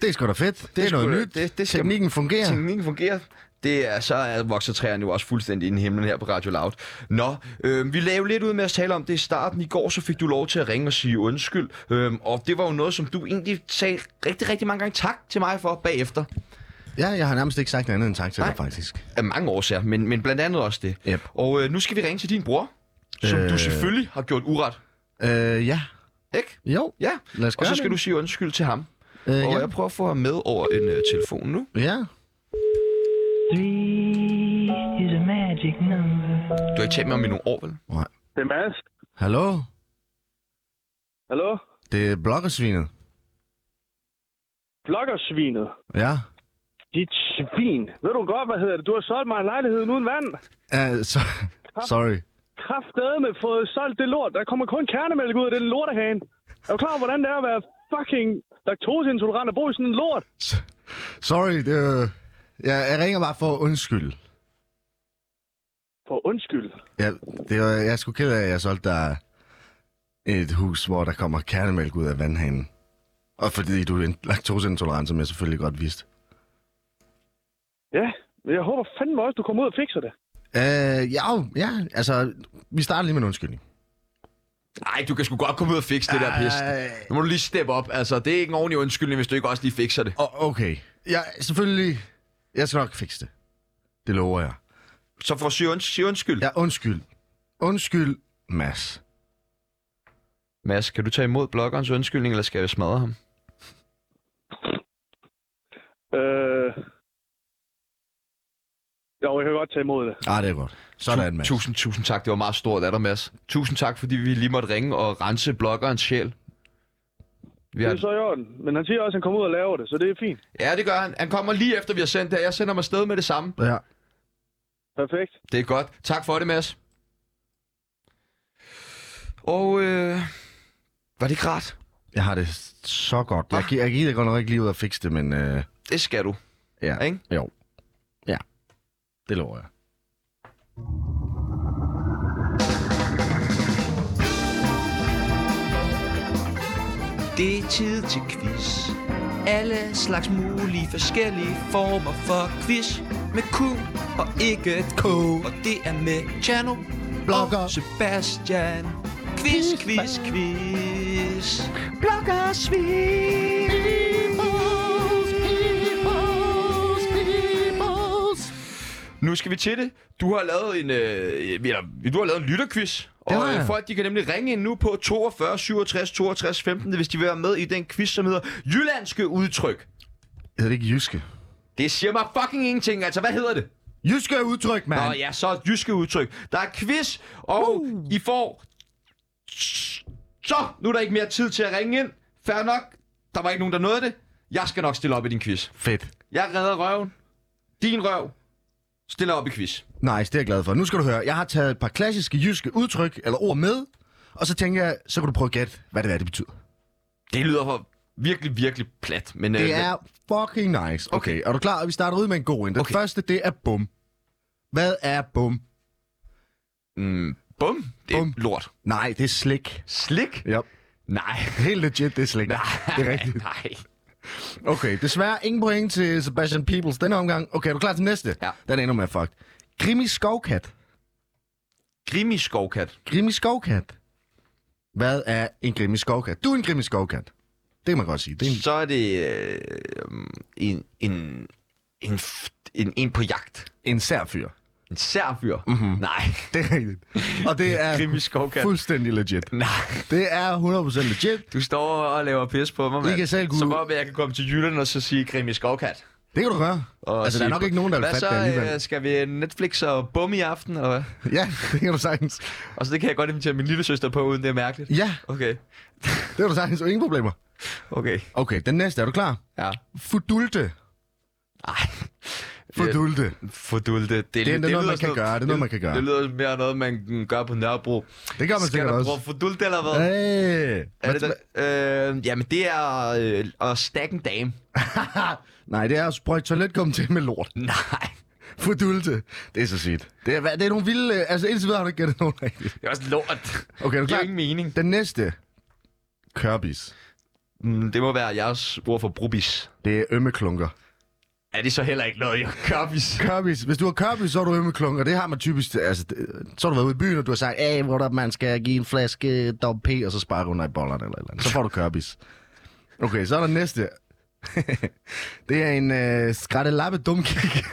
Speaker 2: Det er sgu da fedt. Det, det er
Speaker 1: sgu
Speaker 2: noget
Speaker 1: da-
Speaker 2: nyt.
Speaker 1: det- det skal-
Speaker 2: Teknikken fungerer.
Speaker 1: Teknikken fungerer. Det er, så er voksetræerne jo også fuldstændig inde i himlen her på Radio Loud. Nå, øh, vi lavede lidt ud med at tale om det i starten. I går så fik du lov til at ringe og sige undskyld. Øh, og det var jo noget, som du egentlig sagde rigtig, rigtig mange gange tak til mig for bagefter.
Speaker 2: Ja, jeg har nærmest ikke sagt andet end tak til
Speaker 1: Nej.
Speaker 2: dig, faktisk.
Speaker 1: Af mange årsager, men, men blandt andet også det.
Speaker 2: Yep.
Speaker 1: Og øh, nu skal vi ringe til din bror, som øh... du
Speaker 2: Øh.
Speaker 1: selvfølgelig har gjort uret.
Speaker 2: Øh, ja.
Speaker 1: Ikke?
Speaker 2: Jo,
Speaker 1: Ja.
Speaker 2: lad os
Speaker 1: Og
Speaker 2: gøre
Speaker 1: så skal du
Speaker 2: det.
Speaker 1: sige undskyld til ham.
Speaker 2: Øh,
Speaker 1: Og
Speaker 2: ja.
Speaker 1: jeg prøver at få ham med over en øh, telefon nu.
Speaker 2: ja.
Speaker 7: Three is a magic number.
Speaker 1: Du har ikke talt med ham i nogle år, vel?
Speaker 8: Det er Mads.
Speaker 2: Hallo?
Speaker 8: Hallo?
Speaker 2: Det er bloggersvinet.
Speaker 8: Bloggersvinet.
Speaker 2: Ja.
Speaker 8: Dit svin. Ved du godt, hvad hedder det? Du har solgt mig en lejlighed uden vand.
Speaker 2: Uh, so, sorry.
Speaker 8: Kraftedeme fået solgt det lort. Der kommer kun kernemælk ud af den lortehane. Er du klar over, hvordan det er at være fucking laktoseintolerant og bo i sådan en lort?
Speaker 2: Sorry, det er... Ja, jeg ringer bare for undskyld.
Speaker 8: For undskyld.
Speaker 2: Ja, det var, jeg er sgu ked af, at jeg solgte dig et hus, hvor der kommer kernemælk ud af vandhanen. Og fordi du er en laktoseintolerant, som jeg selvfølgelig godt vidste.
Speaker 8: Ja, men jeg håber fandme også, du kommer ud og fikser det.
Speaker 2: Øh, ja, jo, ja, altså, vi starter lige med en undskyldning.
Speaker 1: Nej, du kan sgu godt komme ud og fikse det der pis.
Speaker 2: Ej.
Speaker 1: Nu må du lige steppe op. Altså, det er ikke en ordentlig undskyldning, hvis du ikke også lige fikser det.
Speaker 2: O- okay. Ja, selvfølgelig. Jeg skal nok fikse det. Det lover jeg.
Speaker 1: Så for at sige, unds- sige undskyld. Ja.
Speaker 2: Ja, undskyld. Undskyld, Mads.
Speaker 1: Mads, kan du tage imod bloggerens undskyldning, eller skal jeg smadre ham?
Speaker 8: Øh... Jo, jeg kan godt tage imod det.
Speaker 2: Ah, det er godt. Sådan, Mads.
Speaker 1: Tusind, tusind tak. Det var meget stort af dig, Mads. Tusind tak, fordi vi lige måtte ringe og rense bloggerens sjæl. Vi
Speaker 8: Det
Speaker 1: har...
Speaker 8: er så i orden. Men han siger også, at han kommer ud og laver det, så det er fint.
Speaker 1: Ja, det gør han. Han kommer lige efter, vi har sendt det. Jeg sender ham afsted med det samme.
Speaker 2: Ja.
Speaker 8: Perfekt.
Speaker 1: Det er godt. Tak for det, Mads. Og øh, var det ikke rart?
Speaker 2: Jeg har det så godt. Jeg, gi- jeg gider godt nok ikke lige ud og fikse det, men øh,
Speaker 1: Det skal du.
Speaker 2: ja.
Speaker 1: Ikke?
Speaker 2: Jo. Ja. Det lover jeg.
Speaker 3: Det er tid til quiz. Alle slags mulige forskellige former for quiz. Med Q og ikke et K. Og det er med Chano
Speaker 2: Blokker.
Speaker 3: og Sebastian. Quiz, quiz, quiz.
Speaker 1: Nu skal vi til det. Du har lavet en, øh, eller, du har lavet en lytterquiz.
Speaker 2: har
Speaker 1: Og øh,
Speaker 2: jeg.
Speaker 1: folk de kan nemlig ringe ind nu på 42 67 62 15, hvis de vil være med i den quiz, som hedder Jyllandske udtryk.
Speaker 2: Hedder det ikke jyske?
Speaker 1: Det siger mig fucking ingenting. Altså, hvad hedder det?
Speaker 2: Jyske er udtryk, mand!
Speaker 1: Nå ja, så jyske udtryk. Der er quiz, og uh. I får... Så, nu er der ikke mere tid til at ringe ind. Fair nok. Der var ikke nogen, der nåede det. Jeg skal nok stille op i din quiz.
Speaker 2: Fedt.
Speaker 1: Jeg redder røven. Din røv. Stiller op i quiz.
Speaker 2: Nice, det er jeg glad for. Nu skal du høre. Jeg har taget et par klassiske jyske udtryk eller ord med, Og så tænker jeg, så kan du prøve at gætte, hvad det er, det betyder.
Speaker 1: Det lyder for virkelig, virkelig plat. Men, øh,
Speaker 2: Det er fucking nice. Okay, okay. er du klar? Vi starter ud med en god en. Den
Speaker 1: Okay.
Speaker 2: okay. første, det er bum. Hvad er bum?
Speaker 1: Mm, bum, det er
Speaker 2: Bum.
Speaker 1: lort.
Speaker 2: Nej, det er slik.
Speaker 1: Slik?
Speaker 2: Ja.
Speaker 1: Nej.
Speaker 2: Helt legit, det er slik.
Speaker 1: Nej.
Speaker 2: Det er rigtigt.
Speaker 1: (laughs) Nej.
Speaker 2: Okay, desværre ingen point til Sebastian Peebles denne omgang. Okay, er du klar til næste?
Speaker 1: Ja.
Speaker 2: Den ender med fucked. Grimi skovkat.
Speaker 1: Grimi skovkat.
Speaker 2: Grimi skovkat. Hvad er en grimi skovkat? Du er en grimi skovkat. Det kan man godt sige. Det er en...
Speaker 1: Så er det øh, en, en, en, f- en, en på jagt.
Speaker 2: en særfyr.
Speaker 1: En særfyr?
Speaker 2: Mhm.
Speaker 1: Mm-hmm. Nej. (laughs)
Speaker 2: Det er rigtigt. Og det er
Speaker 1: Grimi skovkat.
Speaker 2: fuldstændig legit.
Speaker 1: Nej.
Speaker 2: Det er 100% legit.
Speaker 1: Du står og laver pis på mig, mand.
Speaker 2: kan selv gå
Speaker 1: Som
Speaker 2: ud.
Speaker 1: om jeg kan komme til Jylland og så sige Grimi skovkat.
Speaker 2: Det kan du gøre.
Speaker 1: Og
Speaker 2: altså, der er
Speaker 1: sige,
Speaker 2: nok ikke nogen, der vil
Speaker 1: Hvad
Speaker 2: fatte
Speaker 1: så?
Speaker 2: det
Speaker 1: øh,
Speaker 2: alligevel.
Speaker 1: Skal vi Netflix og bum i aften? Og,
Speaker 2: Ja, det kan du sagtens.
Speaker 1: og så det kan jeg godt invitere min lille søster på, uden det er mærkeligt.
Speaker 2: Ja,
Speaker 1: Okay,
Speaker 2: det kan du sagtens. Ingen problemer.
Speaker 1: okay.
Speaker 2: Okay, den næste. Er du klar?
Speaker 1: Ja.
Speaker 2: Fudulte.
Speaker 1: Ej.
Speaker 2: Fordulte.
Speaker 1: Fordulte. Det, det,
Speaker 2: er noget,
Speaker 1: lyder
Speaker 2: man
Speaker 1: sådan
Speaker 2: kan gøre. Det er noget, man kan gøre.
Speaker 1: Det lyder mere noget, man gør på Nørrebro.
Speaker 2: Det gør man
Speaker 1: Skal
Speaker 2: sikkert
Speaker 1: der
Speaker 2: også.
Speaker 1: bruge fordulte eller hvad?
Speaker 2: Hey.
Speaker 1: Er det der? Øh, jamen, det er øh, at stakke en dame.
Speaker 2: Nej, det er at sprøjte toiletkum til med lort.
Speaker 1: (laughs) Nej.
Speaker 2: Fordulte. Det er så sygt. Det er, hvad- det er nogle vilde... øh, Altså, indtil videre har du ikke gættet nogen rigtigt.
Speaker 1: Det er også lort.
Speaker 2: Okay, er du
Speaker 1: Det giver
Speaker 2: klar?
Speaker 1: ingen mening.
Speaker 2: Den næste. Kørbis.
Speaker 1: Mm, det må være jeres ord for brubis.
Speaker 2: Det er ømme klunker.
Speaker 1: Er det så heller ikke noget, jeg gør, hvis...
Speaker 2: Kørbis. Hvis du har kørbis, så er du ømme klunker. Det har man typisk... Altså, det, så har du været ude i byen, og du har sagt, hey, hvor der man skal give en flaske Dom P, og så sparker hun dig i bollerne eller et eller andet. Så får du kørbis. Okay, så er der næste. (laughs) det er en øh, skrattelappe dumkik.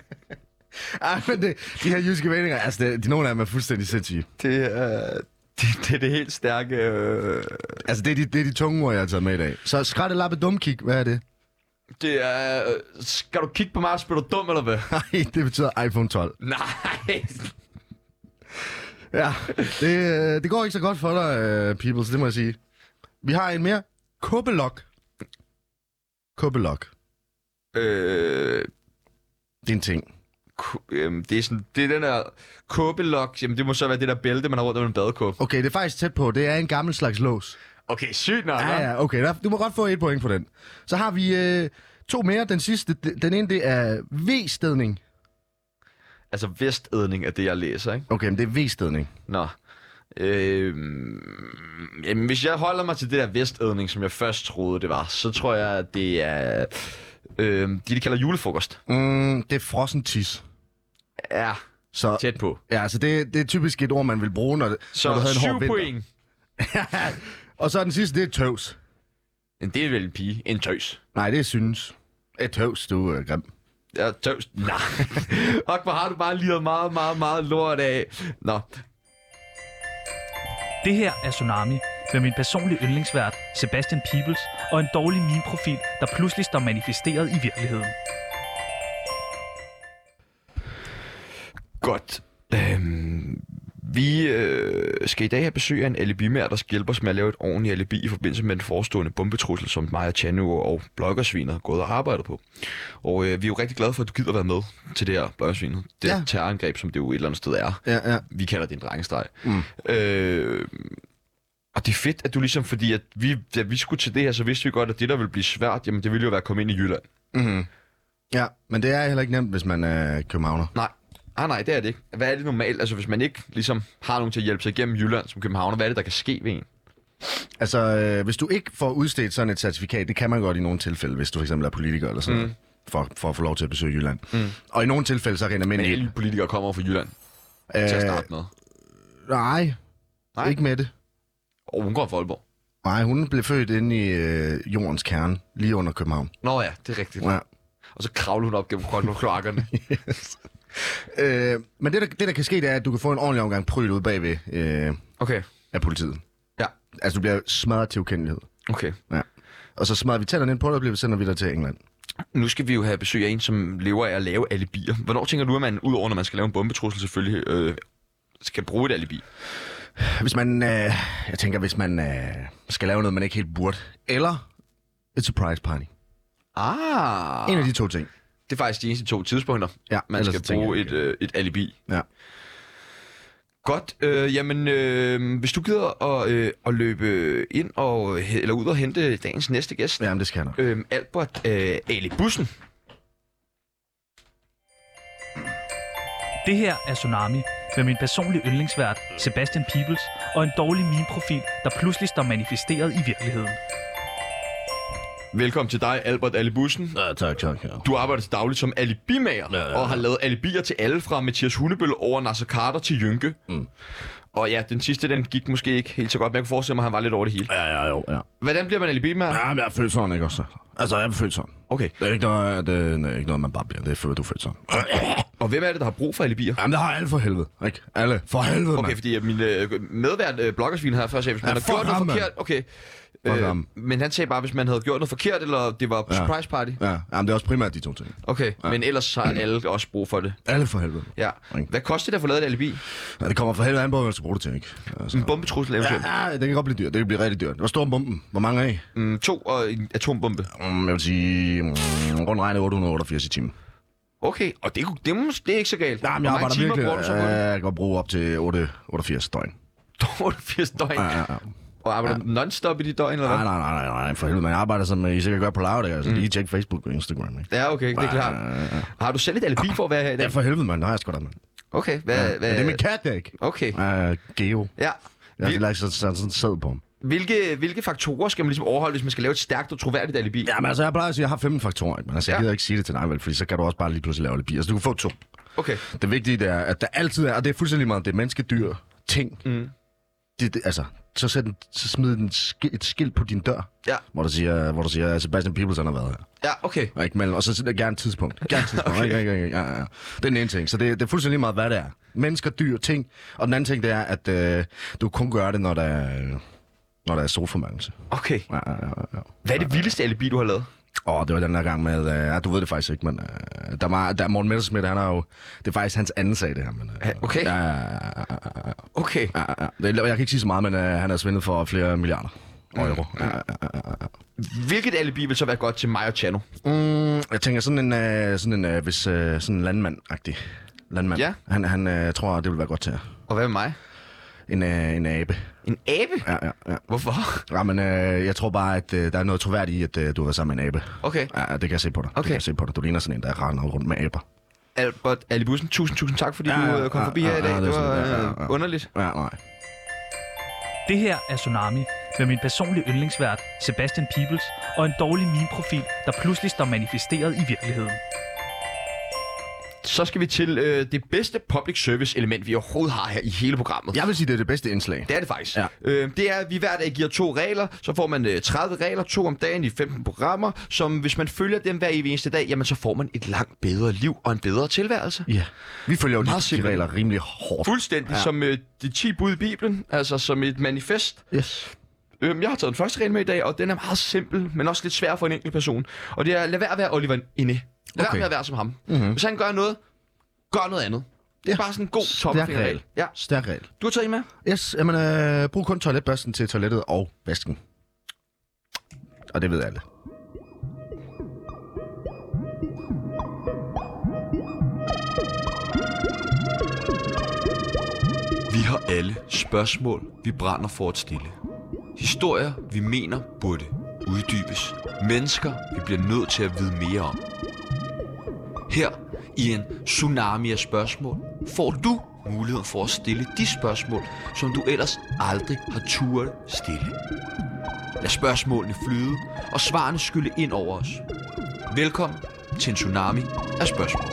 Speaker 2: (laughs) Ej, men det, de her jyske vendinger, altså, det, de, nogle af dem er fuldstændig sindssyge.
Speaker 1: Det er... Det, det er det helt stærke... Øh...
Speaker 2: Altså, det er, de, det er de tunge ord, jeg har taget med i dag. Så skrattelappe dumkik, hvad er det? (laughs)
Speaker 1: Det er... øh, Skal du kigge på mig og spille dum, eller hvad? (laughs)
Speaker 2: Nej, det betyder iPhone 12.
Speaker 1: Nej.
Speaker 2: Ja, det, øh, det går ikke så godt for dig, øh, Peoples, det må jeg sige. Vi har en mere. Kubbelok. Kubbelok.
Speaker 1: øh,
Speaker 2: Det er en ting.
Speaker 1: ku- øhm, det er sådan... Det er den der kåbelok. Jamen, det må så være det der bælte, man har rundt om en badekåb.
Speaker 2: Okay, det er faktisk tæt på. Det er en gammel slags lås.
Speaker 1: Okay, sygt nok.
Speaker 2: Ja, ja, okay. Der, du må godt få et point på den. Så har vi øh, to mere. Den sidste, d- den ene, det er V-stedning.
Speaker 1: Altså, vestædning er det, jeg læser, ikke?
Speaker 2: Okay, men det er V-stedning.
Speaker 1: Nå. Øhm, jamen, hvis jeg holder mig til det der vestædning, som jeg først troede, det var, så tror jeg, at det er... Øhm, de, de kalder julefrokost.
Speaker 2: Mm, det er frossen tis.
Speaker 1: Ja,
Speaker 2: Så,
Speaker 1: tæt på.
Speaker 2: ja, så det, det er typisk et ord, man vil bruge, når,
Speaker 1: Så
Speaker 2: når du havde en
Speaker 1: syv
Speaker 2: hård vinter.
Speaker 1: point.
Speaker 2: (laughs) Og så den sidste, det er tøvs.
Speaker 1: Men det er vel en pige. En tøs.
Speaker 2: Nej, det er synes. Et tøvs, du er grim.
Speaker 1: Ja, tøs. Nej. (laughs) Fuck, hvor har du bare lidet meget, meget, meget lort af. Nå,
Speaker 6: Det her er Tsunami med min personlige yndlingsvært, Sebastian Peebles, og en dårlig meme-profil, der pludselig står manifesteret i virkeligheden.
Speaker 1: godt. Øhm, vi øh, skal i dag have besøg af en alibimær, der skal hjælpe os med at lave et ordentligt alibi i forbindelse med den forestående bombetrussel, som mig og Chanu og bloggersvinet har gået og arbejdet på. Og øh, vi er jo rigtig glade for, at du gider være med til det her bloggersvinet. Det ja.
Speaker 2: Ja.
Speaker 1: terrorangreb, som det jo et eller andet sted er.
Speaker 2: Ja, ja.
Speaker 1: vi kalder det en drengestreg. Mm. Øh, og det er fedt, at du ligesom, fordi at vi, da vi skulle til det her, så vidste vi godt, at det, der ville blive svært, jamen det ville jo være at komme ind i Jylland.
Speaker 2: Ja, men det er heller ikke nemt, hvis man er københavner.
Speaker 1: Nej, ah, nej, det er det ikke. Hvad er det normalt? Altså, hvis man ikke ligesom har nogen til at hjælpe sig igennem Jylland som københavner, hvad er det, der kan ske ved en?
Speaker 2: Altså, øh, hvis du ikke får udstedt sådan et certifikat, det kan man godt i nogle tilfælde, hvis du fx er politiker eller sådan mm. for, for at få lov til at besøge Jylland. Mm. Og i nogle tilfælde, så render
Speaker 1: Men
Speaker 2: mænd ind.
Speaker 1: alle politikere kommer fra Jylland til
Speaker 2: Øh.
Speaker 1: at starte med.
Speaker 2: nej,
Speaker 1: Nej.
Speaker 2: nej, ikke med det.
Speaker 1: Og hun går fra Aalborg.
Speaker 2: Nej, hun blev født inde i øh, jordens kerne, lige under København.
Speaker 1: Nå ja, det er rigtigt.
Speaker 2: Ja.
Speaker 1: Og så kravler hun op gennem kroppen og kloakkerne.
Speaker 2: (laughs) Øh, men det der, det, der kan ske, det er, at du kan få en ordentlig omgang pryl ud bagved øh,
Speaker 1: Okay,
Speaker 2: af politiet.
Speaker 1: Ja.
Speaker 2: Altså, du bliver smadret til ukendelighed.
Speaker 1: okay.
Speaker 2: Ja. Og så smadrer vi tænderne ind på dig, og bliver sender vi dig til England.
Speaker 1: Nu skal vi jo have besøg af en, som lever af at lave alibier. Hvornår tænker du, at man, udover når man skal lave en bombetrussel selvfølgelig, øh, skal bruge et alibi?
Speaker 2: Hvis man, øh, jeg tænker, hvis man øh, skal lave noget, man ikke helt burde. Eller et surprise party.
Speaker 1: Ah,
Speaker 2: En af de to ting.
Speaker 1: det er faktisk de eneste to tidspunkter,
Speaker 2: Ja,
Speaker 1: man
Speaker 2: ellers
Speaker 1: skal
Speaker 2: så tænker
Speaker 1: bruge
Speaker 2: jeg
Speaker 1: et, øh, et alibi.
Speaker 2: Ja.
Speaker 1: Godt, øh, jamen øh, hvis du gider at, øh, at løbe ind og, eller ud og hente dagens næste gæst,
Speaker 2: Jamen, det skal jeg nok.
Speaker 1: øh, Albert øh, Ali Bussen.
Speaker 6: Det her er Tsunami med min personlige yndlingsvært, Sebastian Peebles, og en dårlig meme-profil, der pludselig står manifesteret i virkeligheden.
Speaker 1: Velkommen til dig, Albert Ali Bussen.
Speaker 2: Ja, tak, tak. Ja.
Speaker 1: Du arbejder til dagligt som alibimager, ja,
Speaker 2: Ja,
Speaker 1: ja,
Speaker 2: ja,
Speaker 1: ja.
Speaker 2: ja.
Speaker 1: og har lavet alibier til alle fra Mathias Hundebøl over Nasser Carter til Jynke. Mm.
Speaker 2: Mm.
Speaker 1: Og ja, den sidste, den gik måske ikke helt så godt, men jeg kunne forestille mig, at han var lidt over det hele.
Speaker 2: Ja, ja, jo, ja.
Speaker 1: Hvordan bliver man alibimager?
Speaker 2: Ja, men jeg er født sådan, ikke også? Altså, jeg er født sådan.
Speaker 1: Okay,
Speaker 2: Det er ikke noget, øh, det er ikke noget man bare bliver. Det er før, du er født sådan. (coughs)
Speaker 1: og hvem er det, der har brug for alibier?
Speaker 2: Jamen, det har alle for helvede, ikke? Alle. For helvede,
Speaker 1: Okay,
Speaker 2: mand.
Speaker 1: fordi øh, min øh, medvært øh, bloggersvin her før sagde, hvis man
Speaker 2: Ja,
Speaker 1: ja, har
Speaker 2: fuck
Speaker 1: gjort noget
Speaker 2: ham, mand.
Speaker 1: forkert... Okay, øh,
Speaker 2: Fuck ham.
Speaker 1: men han sagde bare, hvis man havde gjort noget forkert, eller det var
Speaker 2: Ja.
Speaker 1: surprise party.
Speaker 2: Ja, jamen, det er også primært de to ting.
Speaker 1: Okay, ja. men ellers har alle også brug for det.
Speaker 2: Alle for helvede.
Speaker 1: Ja.
Speaker 2: Ring.
Speaker 1: Hvad koster det at få lavet et alibi?
Speaker 2: Ja, det kommer for helvede an på, hvad du skal bruge det til, ikke? Altså.
Speaker 1: En bombetrussel eventuelt. Ja.
Speaker 2: Ja, det kan godt blive dyrt. Det kan blive rigtig dyrt. Hvor stor er bomben? Hvor mange af?
Speaker 1: Mm, to og en atombombe.
Speaker 2: Mm, jeg vil sige, mm, rundt regnet 888 i timen.
Speaker 1: Okay, og det, kunne- det, er mås- det er ikke så galt.
Speaker 2: Nej,
Speaker 1: Hvor
Speaker 2: men jeg
Speaker 1: mange
Speaker 2: arbejder
Speaker 1: timer
Speaker 2: virkelig.
Speaker 1: bruger du så
Speaker 2: ja,
Speaker 1: på det?
Speaker 2: jeg kan godt bruge op til 8, 88 døgn.
Speaker 1: (laughs) 88 døgn.
Speaker 2: øh, Ja, ja, ja.
Speaker 1: Og arbejder du non-stop i de døgn, eller
Speaker 2: Nej,
Speaker 1: hvad?
Speaker 2: nej, nej, nej, nej, for helvede, man. Jeg arbejder som øh, I sikkert gør på lavet, altså mm. lige tjek Facebook og Instagram, ikke?
Speaker 1: Ja, okay, det er
Speaker 2: Ja,
Speaker 1: klart.
Speaker 2: ja, ja.
Speaker 1: Har du selv et alibi for at være her i
Speaker 2: Ja,
Speaker 1: dag?
Speaker 2: for helvede, mand. Nej, jeg sgu da, mand.
Speaker 1: Okay,
Speaker 2: Ja,
Speaker 1: hvad...
Speaker 2: men
Speaker 1: hvad
Speaker 2: det er min kat, der, ikke?
Speaker 1: Okay,
Speaker 2: Ja, Geo.
Speaker 1: ja.
Speaker 2: Jeg har
Speaker 1: Hvil-
Speaker 2: lagt sådan, sådan, sådan sæd på ham.
Speaker 1: Hvilke, hvilke faktorer skal man ligesom overholde, hvis man skal lave et stærkt og troværdigt alibi?
Speaker 2: Jamen altså, jeg plejer at sige, at jeg har 15 faktorer, ikke? Men altså, jeg
Speaker 1: Ja.
Speaker 2: gider ikke sige det til dig, vel? Fordi så kan du også bare lige pludselig lave det bi. Altså, du kan få to.
Speaker 1: Okay,
Speaker 2: Det vigtige det er, at der altid er, og det er fuldstændig meget, om det er menneske, dyr, ting.
Speaker 1: Mm.
Speaker 2: Det, det, altså, så, sæt en, så smid en sk- et skilt på din dør,
Speaker 1: Ja.
Speaker 2: hvor der siger, hvor der siger at Sebastian Peebles han har været her.
Speaker 1: ja, okay.
Speaker 2: Og, ikke mellem, og så sæt- gerne et tidspunkt. (laughs) Gerne et tidspunkt. okay. ikke, ikke, ikke, ja, ja, ja. Det er den ene ting. Så det, det er fuldstændig meget, hvad det er. Mennesker, dyr, ting. Og den anden ting, det er, at øh, du kun gør det, når der, er- når der er solformangelse.
Speaker 1: Okay.
Speaker 2: Ja, ja, ja, ja.
Speaker 1: Hvad er det vildeste alibi, du har lavet?
Speaker 2: Åh, det var den der gang med, øh, ja, du ved det faktisk ikke, men øh, der var, der, Morten Messerschmidt, han har jo, det er faktisk hans anden sag, det her. Men, øh,
Speaker 1: okay.
Speaker 2: Ja, ja, ja, ja, ja, ja,
Speaker 1: Okay.
Speaker 2: ja, ja, ja. Det- Jeg kan ikke sige så meget, men øh, han er svindet for flere milliarder euro. Ja, ja, ja, ja.
Speaker 1: Hvilket alibi vil så være godt til mig og Chano?
Speaker 2: Mm, jeg tænker sådan en, øh, sådan en, øh, hvis, øh, sådan en landmand-agtig. Landmand.
Speaker 1: Ja.
Speaker 2: Han, han øh, tror, det vil være godt til jer.
Speaker 1: Og hvad med mig?
Speaker 2: en, øh, en abe.
Speaker 1: En abe?
Speaker 2: Ja, ja, ja.
Speaker 1: Hvorfor?
Speaker 2: ja men, øh, jeg tror bare, at øh, der er noget troværdigt i, at øh, du har været sammen med en abe.
Speaker 1: Okay.
Speaker 2: Ja, ja, det kan jeg se på dig. Det
Speaker 1: Okay.
Speaker 2: kan jeg se på dig. Du ligner sådan en, der render rundt med aber.
Speaker 1: Albert Alibussen, tusind, tusind tak, fordi
Speaker 2: Ja,
Speaker 1: du
Speaker 2: ja,
Speaker 1: øh, kom
Speaker 2: ja,
Speaker 1: forbi
Speaker 2: ja,
Speaker 1: her i dag.
Speaker 2: ja, det
Speaker 1: Det
Speaker 2: var
Speaker 1: var
Speaker 2: sådan, ja, ja,
Speaker 1: øh,
Speaker 2: ja.
Speaker 1: underligt.
Speaker 2: Ja, nej.
Speaker 6: Det her er Tsunami med min personlige yndlingsvært, Sebastian Peebles, og en dårlig meme-profil, der pludselig står manifesteret i virkeligheden.
Speaker 1: Så skal vi til øh, det bedste public service element, vi overhovedet har her i hele programmet.
Speaker 2: Jeg vil sige, det er det bedste indslag.
Speaker 1: Det er det faktisk. Ja.
Speaker 2: Ja.
Speaker 1: Øh, det er, at vi hver dag giver to regler, så får man øh, 30 regler, to om dagen i 15 programmer, som hvis man følger dem hver evig eneste dag, jamen så får man et langt bedre liv og en bedre tilværelse.
Speaker 2: Ja. Vi følger jo
Speaker 1: Meget
Speaker 2: de, de
Speaker 1: simpelt.
Speaker 2: regler rimelig hårdt.
Speaker 1: Fuldstændig ja.
Speaker 2: Ja.
Speaker 1: som øh, de 10 bud i Bibelen, altså som et manifest.
Speaker 2: Yes.
Speaker 1: Øhm, jeg har taget den første regel med i dag, og den er meget simpel, men også lidt svær for en enkelt person. Og det er, lad være at være Oliver Inde. Lad være
Speaker 2: Okay. Mhm.
Speaker 1: med at være som ham. Mm-hmm. Hvis han gør noget, gør noget andet. Det er
Speaker 2: Ja.
Speaker 1: bare sådan en god
Speaker 2: Stærk
Speaker 1: tommelfingerregel.
Speaker 2: regel.
Speaker 1: Ja.
Speaker 2: Stærk regel.
Speaker 1: Du har taget en med?
Speaker 2: Yes, jamen, øh, brug kun toiletbørsten til toilettet og vasken. Og det ved alle.
Speaker 3: Vi har alle spørgsmål, vi brænder for at stille. Historier, vi mener burde uddybes. Mennesker, vi bliver nødt til at vide mere om. Her i en tsunami af spørgsmål får du muligheden for at stille de spørgsmål, som du ellers aldrig har turet stille. Lad spørgsmålene flyde og svarene skylle ind over os. Velkommen til en tsunami af spørgsmål.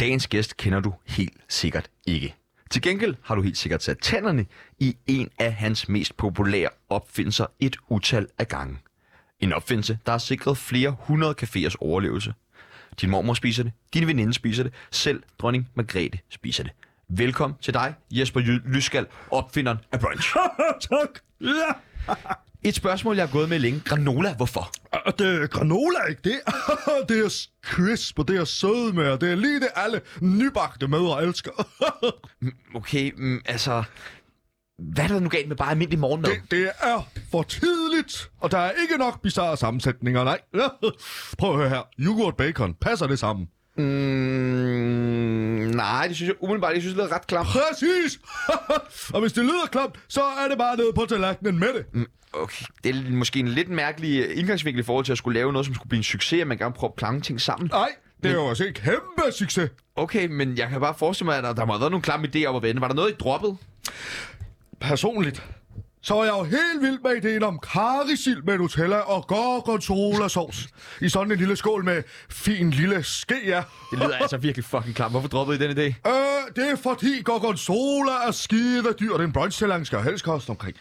Speaker 1: Dagens gæst kender du helt sikkert ikke. Til gengæld har du helt sikkert sat tænderne i en af hans mest populære opfindelser et utal af gange. En opfindelse, der har sikret flere hundrede caféers overlevelse. Din mormor spiser det, din veninde spiser det, selv dronning Margrethe spiser det. Velkommen til dig, Jesper Jy- Lyskal, opfinderen af brunch.
Speaker 4: (laughs) tak. Ja,
Speaker 1: Et spørgsmål, jeg har gået med længe. Granola, hvorfor?
Speaker 4: og det er granola, ikke det? det er (laughs) crisp, og det er sødme, og det er lige det, alle nybagte mødre
Speaker 2: (laughs)
Speaker 4: elsker.
Speaker 1: Okay, mm, altså... Hvad er der nu galt med bare almindelig morgenmad?
Speaker 4: det, det er for tidligt, og der er ikke nok bizarre
Speaker 2: (laughs)
Speaker 4: sammensætninger, nej. Prøv at høre her. Yoghurt bacon, passer det sammen?
Speaker 1: Mm, Nej, det synes jeg umiddelbart, jeg synes, det lyder ret klamt.
Speaker 2: Præcis! (laughs) og hvis det lyder klamt, så er det bare nede på tallerkenen med det.
Speaker 4: Mm.
Speaker 1: Okay, det er måske en lidt mærkelig indgangsvinkel i forhold til at skulle lave noget, som skulle blive en succes, at man gerne prøver at klamme ting sammen.
Speaker 2: Nej, det er jo også en kæmpe succes.
Speaker 1: Okay, men jeg kan bare forestille mig, at der, der må have været nogle klamme idéer op at vende. Var der noget, I droppede?
Speaker 2: Personligt, så var jeg jo helt vild med ideen om karisild med Nutella og gorgonzola sovs. I sådan en lille skål med fin lille skea.
Speaker 1: Det lyder altså virkelig fucking klamt. Hvorfor droppede I den idé?
Speaker 2: Øh, det er fordi gorgonzola er skide dyr, og den brunchtalang skal helst koste omkring.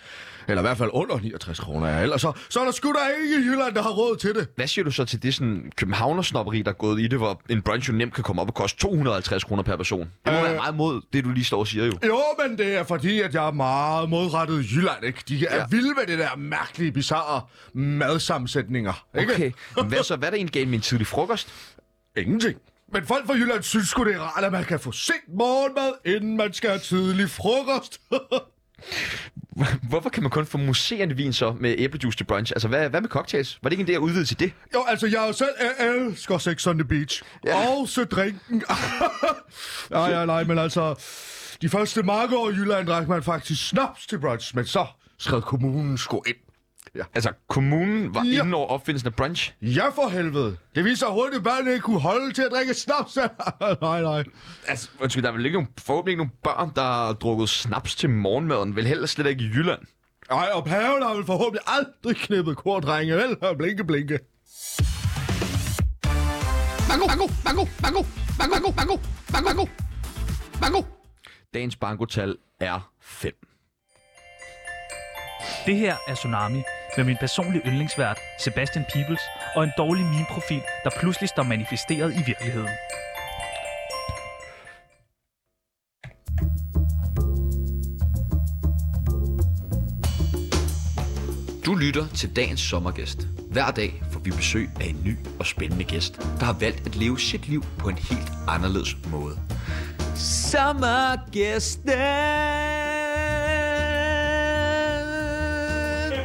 Speaker 2: Eller i hvert fald under 69 kroner, ja. Ellers så, så er der sgu da ikke i Jylland, der har råd til det.
Speaker 1: Hvad siger du så til det sådan københavnersnopperi, der er gået i det, hvor en brunch jo nemt kan komme op og koste 250 kroner per person? Det må øh... være meget mod det, du lige står og siger jo.
Speaker 2: Jo, men det er fordi, at jeg er meget modrettet Jylland, ikke? De er
Speaker 1: Ja.
Speaker 2: ja. vilde med det der mærkelige, bizarre madsammensætninger, ikke?
Speaker 1: Okay, men hvad så? Hvad er der egentlig galt med en tidlig frokost?
Speaker 2: Ingenting. Men folk fra Jylland synes sgu, det er rart, at man kan få sent morgenmad, (laughs) inden man skal have tidlig frokost. (laughs)
Speaker 1: Hvorfor kan man kun få muserende vin så med æblejuice til brunch? Altså, hvad, hvad med cocktails? Var det ikke en idé at udvide til det?
Speaker 2: jo, altså, jeg er jo selv jeg elsker Sex on the Beach.
Speaker 1: Ja.
Speaker 2: Ja. Og så drinken. (laughs) nej, nej, nej, men altså, de første mange år i Jylland drak man faktisk snaps til brunch, men så skred kommunen sgu ind.
Speaker 1: Altså, kommunen var ja.
Speaker 2: Ja.
Speaker 1: inde over opfindelsen af brunch.
Speaker 2: Ja, for helvede. Det viser hurtigt, at børnene ikke kunne holde til at drikke snaps. nej, nej.
Speaker 1: Altså, undskyld, der er vel ikke nogen, forhåbentlig ikke nogen børn, der har drukket snaps til morgenmaden. Vel heller slet ikke i Jylland.
Speaker 2: Ej, og paven har vel forhåbentlig aldrig knippet kordrenge, vel? Og blinke, blinke. Bango, bango, bango, bango, bango, bango, bango, bango, bango, bango.
Speaker 1: Dagens bankotal er 5.
Speaker 6: Det her er Tsunami med min personlige yndlingsvært, Sebastian Peebles, og en dårlig meme-profil, der pludselig står manifesteret i virkeligheden.
Speaker 3: Du lytter til dagens sommergæst. Hver dag får vi besøg af en ny og spændende gæst, der har valgt at leve sit liv på en helt anderledes måde. Sommergæsten!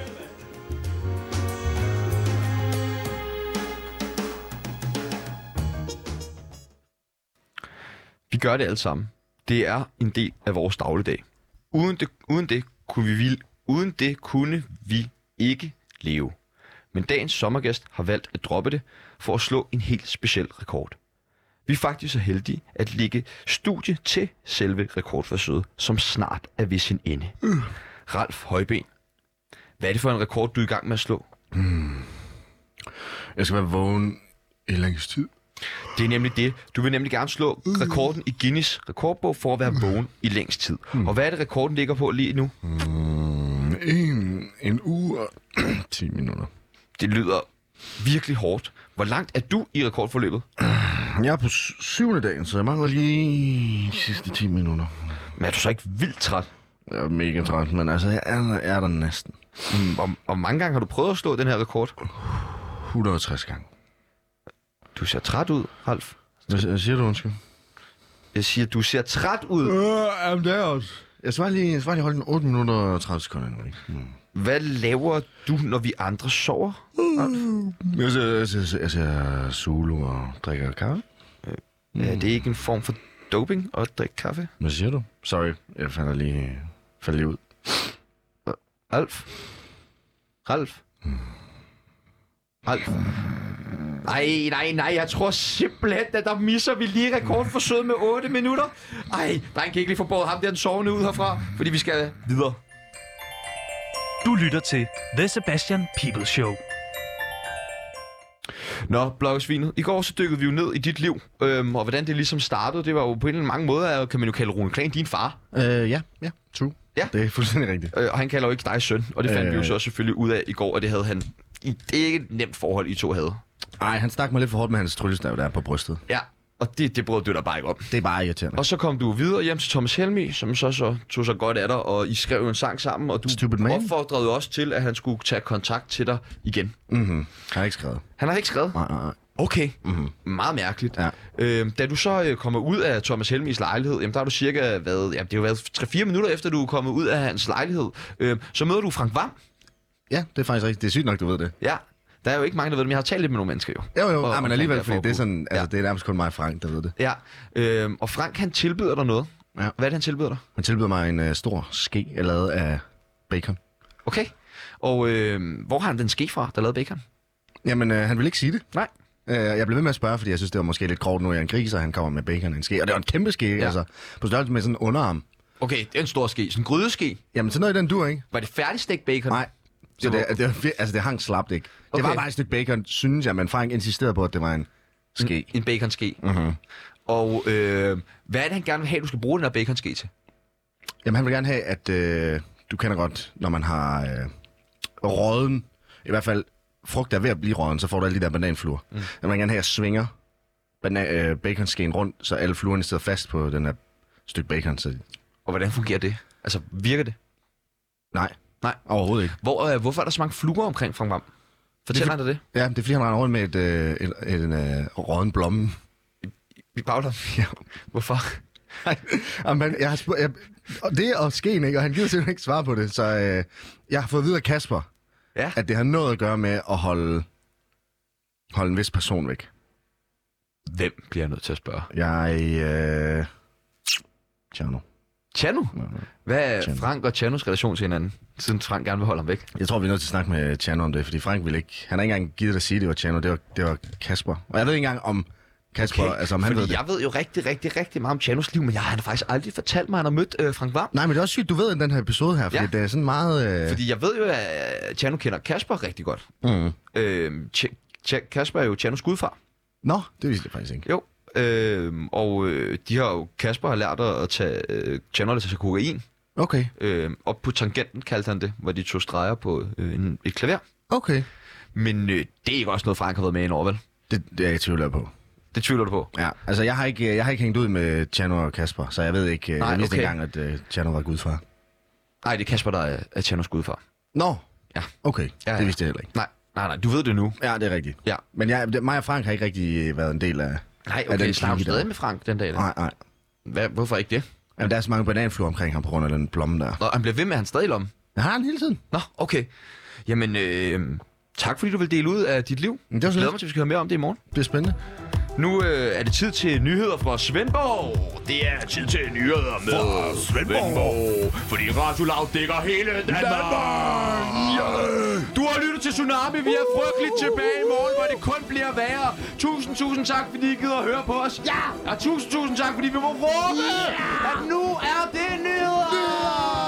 Speaker 1: Vi gør det alle sammen. Det er en del af vores dagligdag. Uden det, uden det, kunne, vi, vil- uden det kunne vi ikke leve. Men dagens sommergæst har valgt at droppe det for at slå en helt speciel rekord. Vi er faktisk så heldige at ligge studie til selve rekordforsøget, som snart er ved sin ende. Ralf Højben, hvad er det for en rekord, du er i gang med at slå?
Speaker 2: Jeg skal være vågen i længst tid.
Speaker 1: Det er nemlig det. Du vil nemlig gerne slå rekorden i Guinness rekordbog for at være vågen i længst tid. Og hvad er det, rekorden ligger på lige nu?
Speaker 2: En, en uge og (clears throat) 10 minutter.
Speaker 1: Det lyder virkelig hårdt. Hvor langt er du i rekordforløbet?
Speaker 2: Jeg er på sy- syvende dagen, så jeg mangler lige de sidste 10 minutter.
Speaker 1: Men er du så ikke vildt træt?
Speaker 2: Jeg er mega træt, men altså, jeg er, jeg er der næsten.
Speaker 1: Mm, Hvor, hvor mange gange har du prøvet at slå den her rekord?
Speaker 2: 160 gange.
Speaker 1: Du ser træt ud, Ralf.
Speaker 2: Hvad hvad siger du, undskyld?
Speaker 1: Jeg siger, du ser træt ud.
Speaker 2: Øh, jamen, det er også... Jeg skal bare lige, jeg skal bare lige holde den 8 minutter og 30 sekunder endnu, ikke? Mm.
Speaker 1: Hvad laver du, når vi andre sover?
Speaker 2: Jeg ser, jeg, ser, jeg ser Zulu og drikker kaffe.
Speaker 1: Mm. Er det ikke en form for doping at drikke kaffe?
Speaker 2: Hvad siger du? Sorry, jeg falder lige, falder lige ud.
Speaker 1: Ralf? Ralf? Ralf? Nej, nej, nej, jeg tror simpelthen, at der misser vi lige rekordforsøget med 8 minutter. Ej, drengen kan ikke lige få båret ham der den sovende ud herfra, fordi vi skal videre.
Speaker 6: Du lytter til The Sebastian Peebles Show.
Speaker 1: Nå, blokkesvinet. I går så dykkede vi jo ned i dit liv, øhm, og hvordan det ligesom startede, det var jo på en eller anden mange måder, kan man jo kalde Rune Klan din far,
Speaker 2: Øh, ja, ja, true.
Speaker 1: Ja.
Speaker 2: Det er fuldstændig rigtigt.
Speaker 1: øh, og han kalder jo ikke dig søn, og det fandt øh.
Speaker 2: Øh.
Speaker 1: vi jo så selvfølgelig ud af i går, og det havde han i, det er ikke et nemt forhold, I to havde.
Speaker 2: Ej, han stak mig lidt for hårdt med hans tryllestav der på brystet.
Speaker 1: Ja, og det, det brød du dig bare ikke om.
Speaker 2: Det er bare irriterende.
Speaker 1: Og så kom du videre hjem til Thomas Helmi, som så, så tog sig godt af dig, og I skrev jo en sang sammen, og du
Speaker 2: Stupid man.
Speaker 1: opfordrede jo også til, at han skulle tage kontakt til dig igen.
Speaker 2: Mm-hmm. Har jeg ikke skrevet?
Speaker 1: Han har ikke skrevet.
Speaker 2: Nej, nej, nej.
Speaker 1: Okay, mm-hmm. meget mærkeligt.
Speaker 2: Mhm. Ja.
Speaker 1: Øhm, da du så øh, kommer ud af Thomas Helmis lejlighed, jamen, der har du cirka været, ja, det har jo været 3-4 minutter efter, du er kommet ud af hans lejlighed, øhm, Øh, så møder du Frank Vam.
Speaker 2: Ja, det er faktisk rigtigt. Det er sygt nok, du ved det.
Speaker 1: Ja. Der er jo ikke mange, der ved det, men jeg har talt lidt med nogle mennesker jo.
Speaker 2: Jo, jo,
Speaker 1: Og-
Speaker 2: nej, men
Speaker 1: omkring
Speaker 2: alligevel,
Speaker 1: det her
Speaker 2: fordi det
Speaker 1: forbud.
Speaker 2: er, sådan, altså,
Speaker 1: Ja.
Speaker 2: det er nærmest kun mig og Frank, der ved det.
Speaker 1: Ja, øhm, og Frank han tilbyder dig noget.
Speaker 2: Ja.
Speaker 1: Hvad er det, han tilbyder dig?
Speaker 2: Han tilbød mig en øh, stor ske, jeg lavede af bacon.
Speaker 1: Okay. Og øhm, hvor har han den ske fra, der lavede bacon?
Speaker 2: Jamen, øh, han ville ikke sige det.
Speaker 1: Nej.
Speaker 2: Øh, jeg blev ved med at spørge, fordi jeg synes, det var måske lidt grovt nu, jeg er en gris, og han kommer med bacon og en ske. Og det var en kæmpe ske,
Speaker 1: Ja.
Speaker 2: ja. altså. På størrelse med sådan en underarm.
Speaker 1: Okay, det er en stor ske. Sådan en grydeske.
Speaker 2: Jamen, sådan noget i den dur, ikke?
Speaker 1: Var det færdigstegt bacon?
Speaker 2: Nej. Så
Speaker 1: Det
Speaker 2: det,
Speaker 1: var-
Speaker 2: det, var, vir- altså, det hang slapt, ikke? Okay.
Speaker 1: Okay.
Speaker 2: Det var bare et stykke bacon, synes jeg, men Frank insisterede på, at det var en ske.
Speaker 1: En baconske.
Speaker 2: Mm-hmm.
Speaker 1: Og øh, hvad er det, han gerne vil have, du skal bruge den her baconske til?
Speaker 2: Jamen, han vil gerne have, at øh, du kender godt, når man har øh, råden, i hvert fald frugt, der er ved at blive råden, så får du alle de der bananfluer. Mm. Jeg vil gerne have, at jeg svinger bana- øh, baconskeen rundt, så alle fluerne sidder fast på den her stykke bacon. Så...
Speaker 1: Og hvordan fungerer det? Altså, virker det?
Speaker 2: Nej.
Speaker 1: Nej.
Speaker 2: Overhovedet ikke.
Speaker 1: Hvor, øh, hvorfor er der så mange fluer omkring Frank Vam? Fortæl
Speaker 2: Det er
Speaker 1: han dig det.
Speaker 2: Ja, det er fordi, han render rundt med et, øh, en, en øh, råden blomme.
Speaker 1: Vi bagler.
Speaker 2: Ja.
Speaker 1: Hvorfor?
Speaker 2: Jamen, han- jeg har spurgt, jeg, og det er og skeen, ikke? Og han gider simpelthen ikke svare på det. Så øh, jeg har fået videre af Kasper,
Speaker 1: Ja.
Speaker 2: at det har noget at gøre med at holde, holde en vis person væk.
Speaker 1: Hvem bliver jeg nødt til at spørge?
Speaker 2: Jeg... Øh... Tjerno.
Speaker 1: Chano? Hvad er
Speaker 2: Tjano.
Speaker 1: Frank og Chanos relation til hinanden, siden Frank gerne vil holde ham væk?
Speaker 2: Jeg tror, vi er nødt til at snakke med Tjerno om det, fordi Frank ville ikke... Han har ikke engang givet at sige, at det var Tjerno, det var, det var Kasper. Og jeg ved ikke engang om Kasper, okay. altså om han
Speaker 1: Fordi
Speaker 2: ved det.
Speaker 1: jeg ved jo rigtig, rigtig, rigtig meget om Chanos liv, men jeg, han har faktisk aldrig fortalt mig, at han har mødt øh, Frank Vam.
Speaker 2: Nej, men det er også sygt, du ved den her episode her, fordi
Speaker 1: Ja.
Speaker 2: ja. det er sådan meget... Øh... Fordi...
Speaker 1: Fordi jeg ved jo, at Chano kender Kasper rigtig godt.
Speaker 2: Mm.
Speaker 1: Øh, Kasper er jo Chanos gudfar.
Speaker 2: Nå, det vidste jeg faktisk ikke.
Speaker 1: Jo. Øh, og øh, de har jo, Kasper har lært at tage øh, Chano til at tage kokain.
Speaker 2: Okay,
Speaker 1: Øh, op på tangenten kaldte han det, hvor de tog streger på øh, en, et klaver.
Speaker 2: okay.
Speaker 1: Men øh, det er ikke også noget, Frank har været med ind over, vel?
Speaker 2: Det, det er jeg i tvivl på.
Speaker 1: Det tvivler du på.
Speaker 2: Ja, altså jeg har ikke, jeg har ikke hængt ud med Tjerno og Kasper, så jeg ved ikke... Nej,
Speaker 1: Nej,
Speaker 2: jeg vidste
Speaker 1: okay.
Speaker 2: ikke engang, at uh, Tjerno var gudfar.
Speaker 1: Nej, det er Kasper, der er, er Chanos gudfar.
Speaker 2: Nå,
Speaker 1: Ja.
Speaker 2: okay.
Speaker 1: Ja,
Speaker 2: Ja,
Speaker 1: ja.
Speaker 2: Det vidste jeg heller ikke.
Speaker 1: Nej, nej, nej, du ved det nu.
Speaker 2: Ja, det er rigtigt.
Speaker 1: Ja.
Speaker 2: Men jeg, det- mig og Frank har ikke rigtig øh, været en del af...
Speaker 1: Nej,
Speaker 2: af
Speaker 1: okay,
Speaker 2: den
Speaker 1: snakker du
Speaker 2: klikke der.
Speaker 1: stadig med Frank den dag? Eller?
Speaker 2: Nej, nej.
Speaker 1: Hvad, hvorfor ikke det?
Speaker 2: Jamen, der er så mange bananfluer omkring ham på grund af den blomme der.
Speaker 1: Nå, han bliver ved med, at han er stadig i lommen.
Speaker 2: Jeg har han hele tiden.
Speaker 1: Nå, okay. Jamen, øh, tak fordi du vil dele ud af dit liv.
Speaker 2: Men det var
Speaker 1: Jeg
Speaker 2: sådan
Speaker 1: glæder
Speaker 2: lidt,
Speaker 1: mig til, at vi skal høre mere om det i morgen.
Speaker 2: det er spændende.
Speaker 1: Nu øh, er det tid til nyheder fra Svendborg. Det er tid til nyheder med fra Svendborg. Svendborg. Fordi Radio Loud dækker hele Danmark. Du har lyttet til Tsunami. Vi er frygteligt tilbage i morgen, hvor det kun bliver værre. Tusind, tusind tak, fordi I gider at høre på os. Ja! Og tusind, tusind tak, fordi vi må råbe, at nu er det nyheder!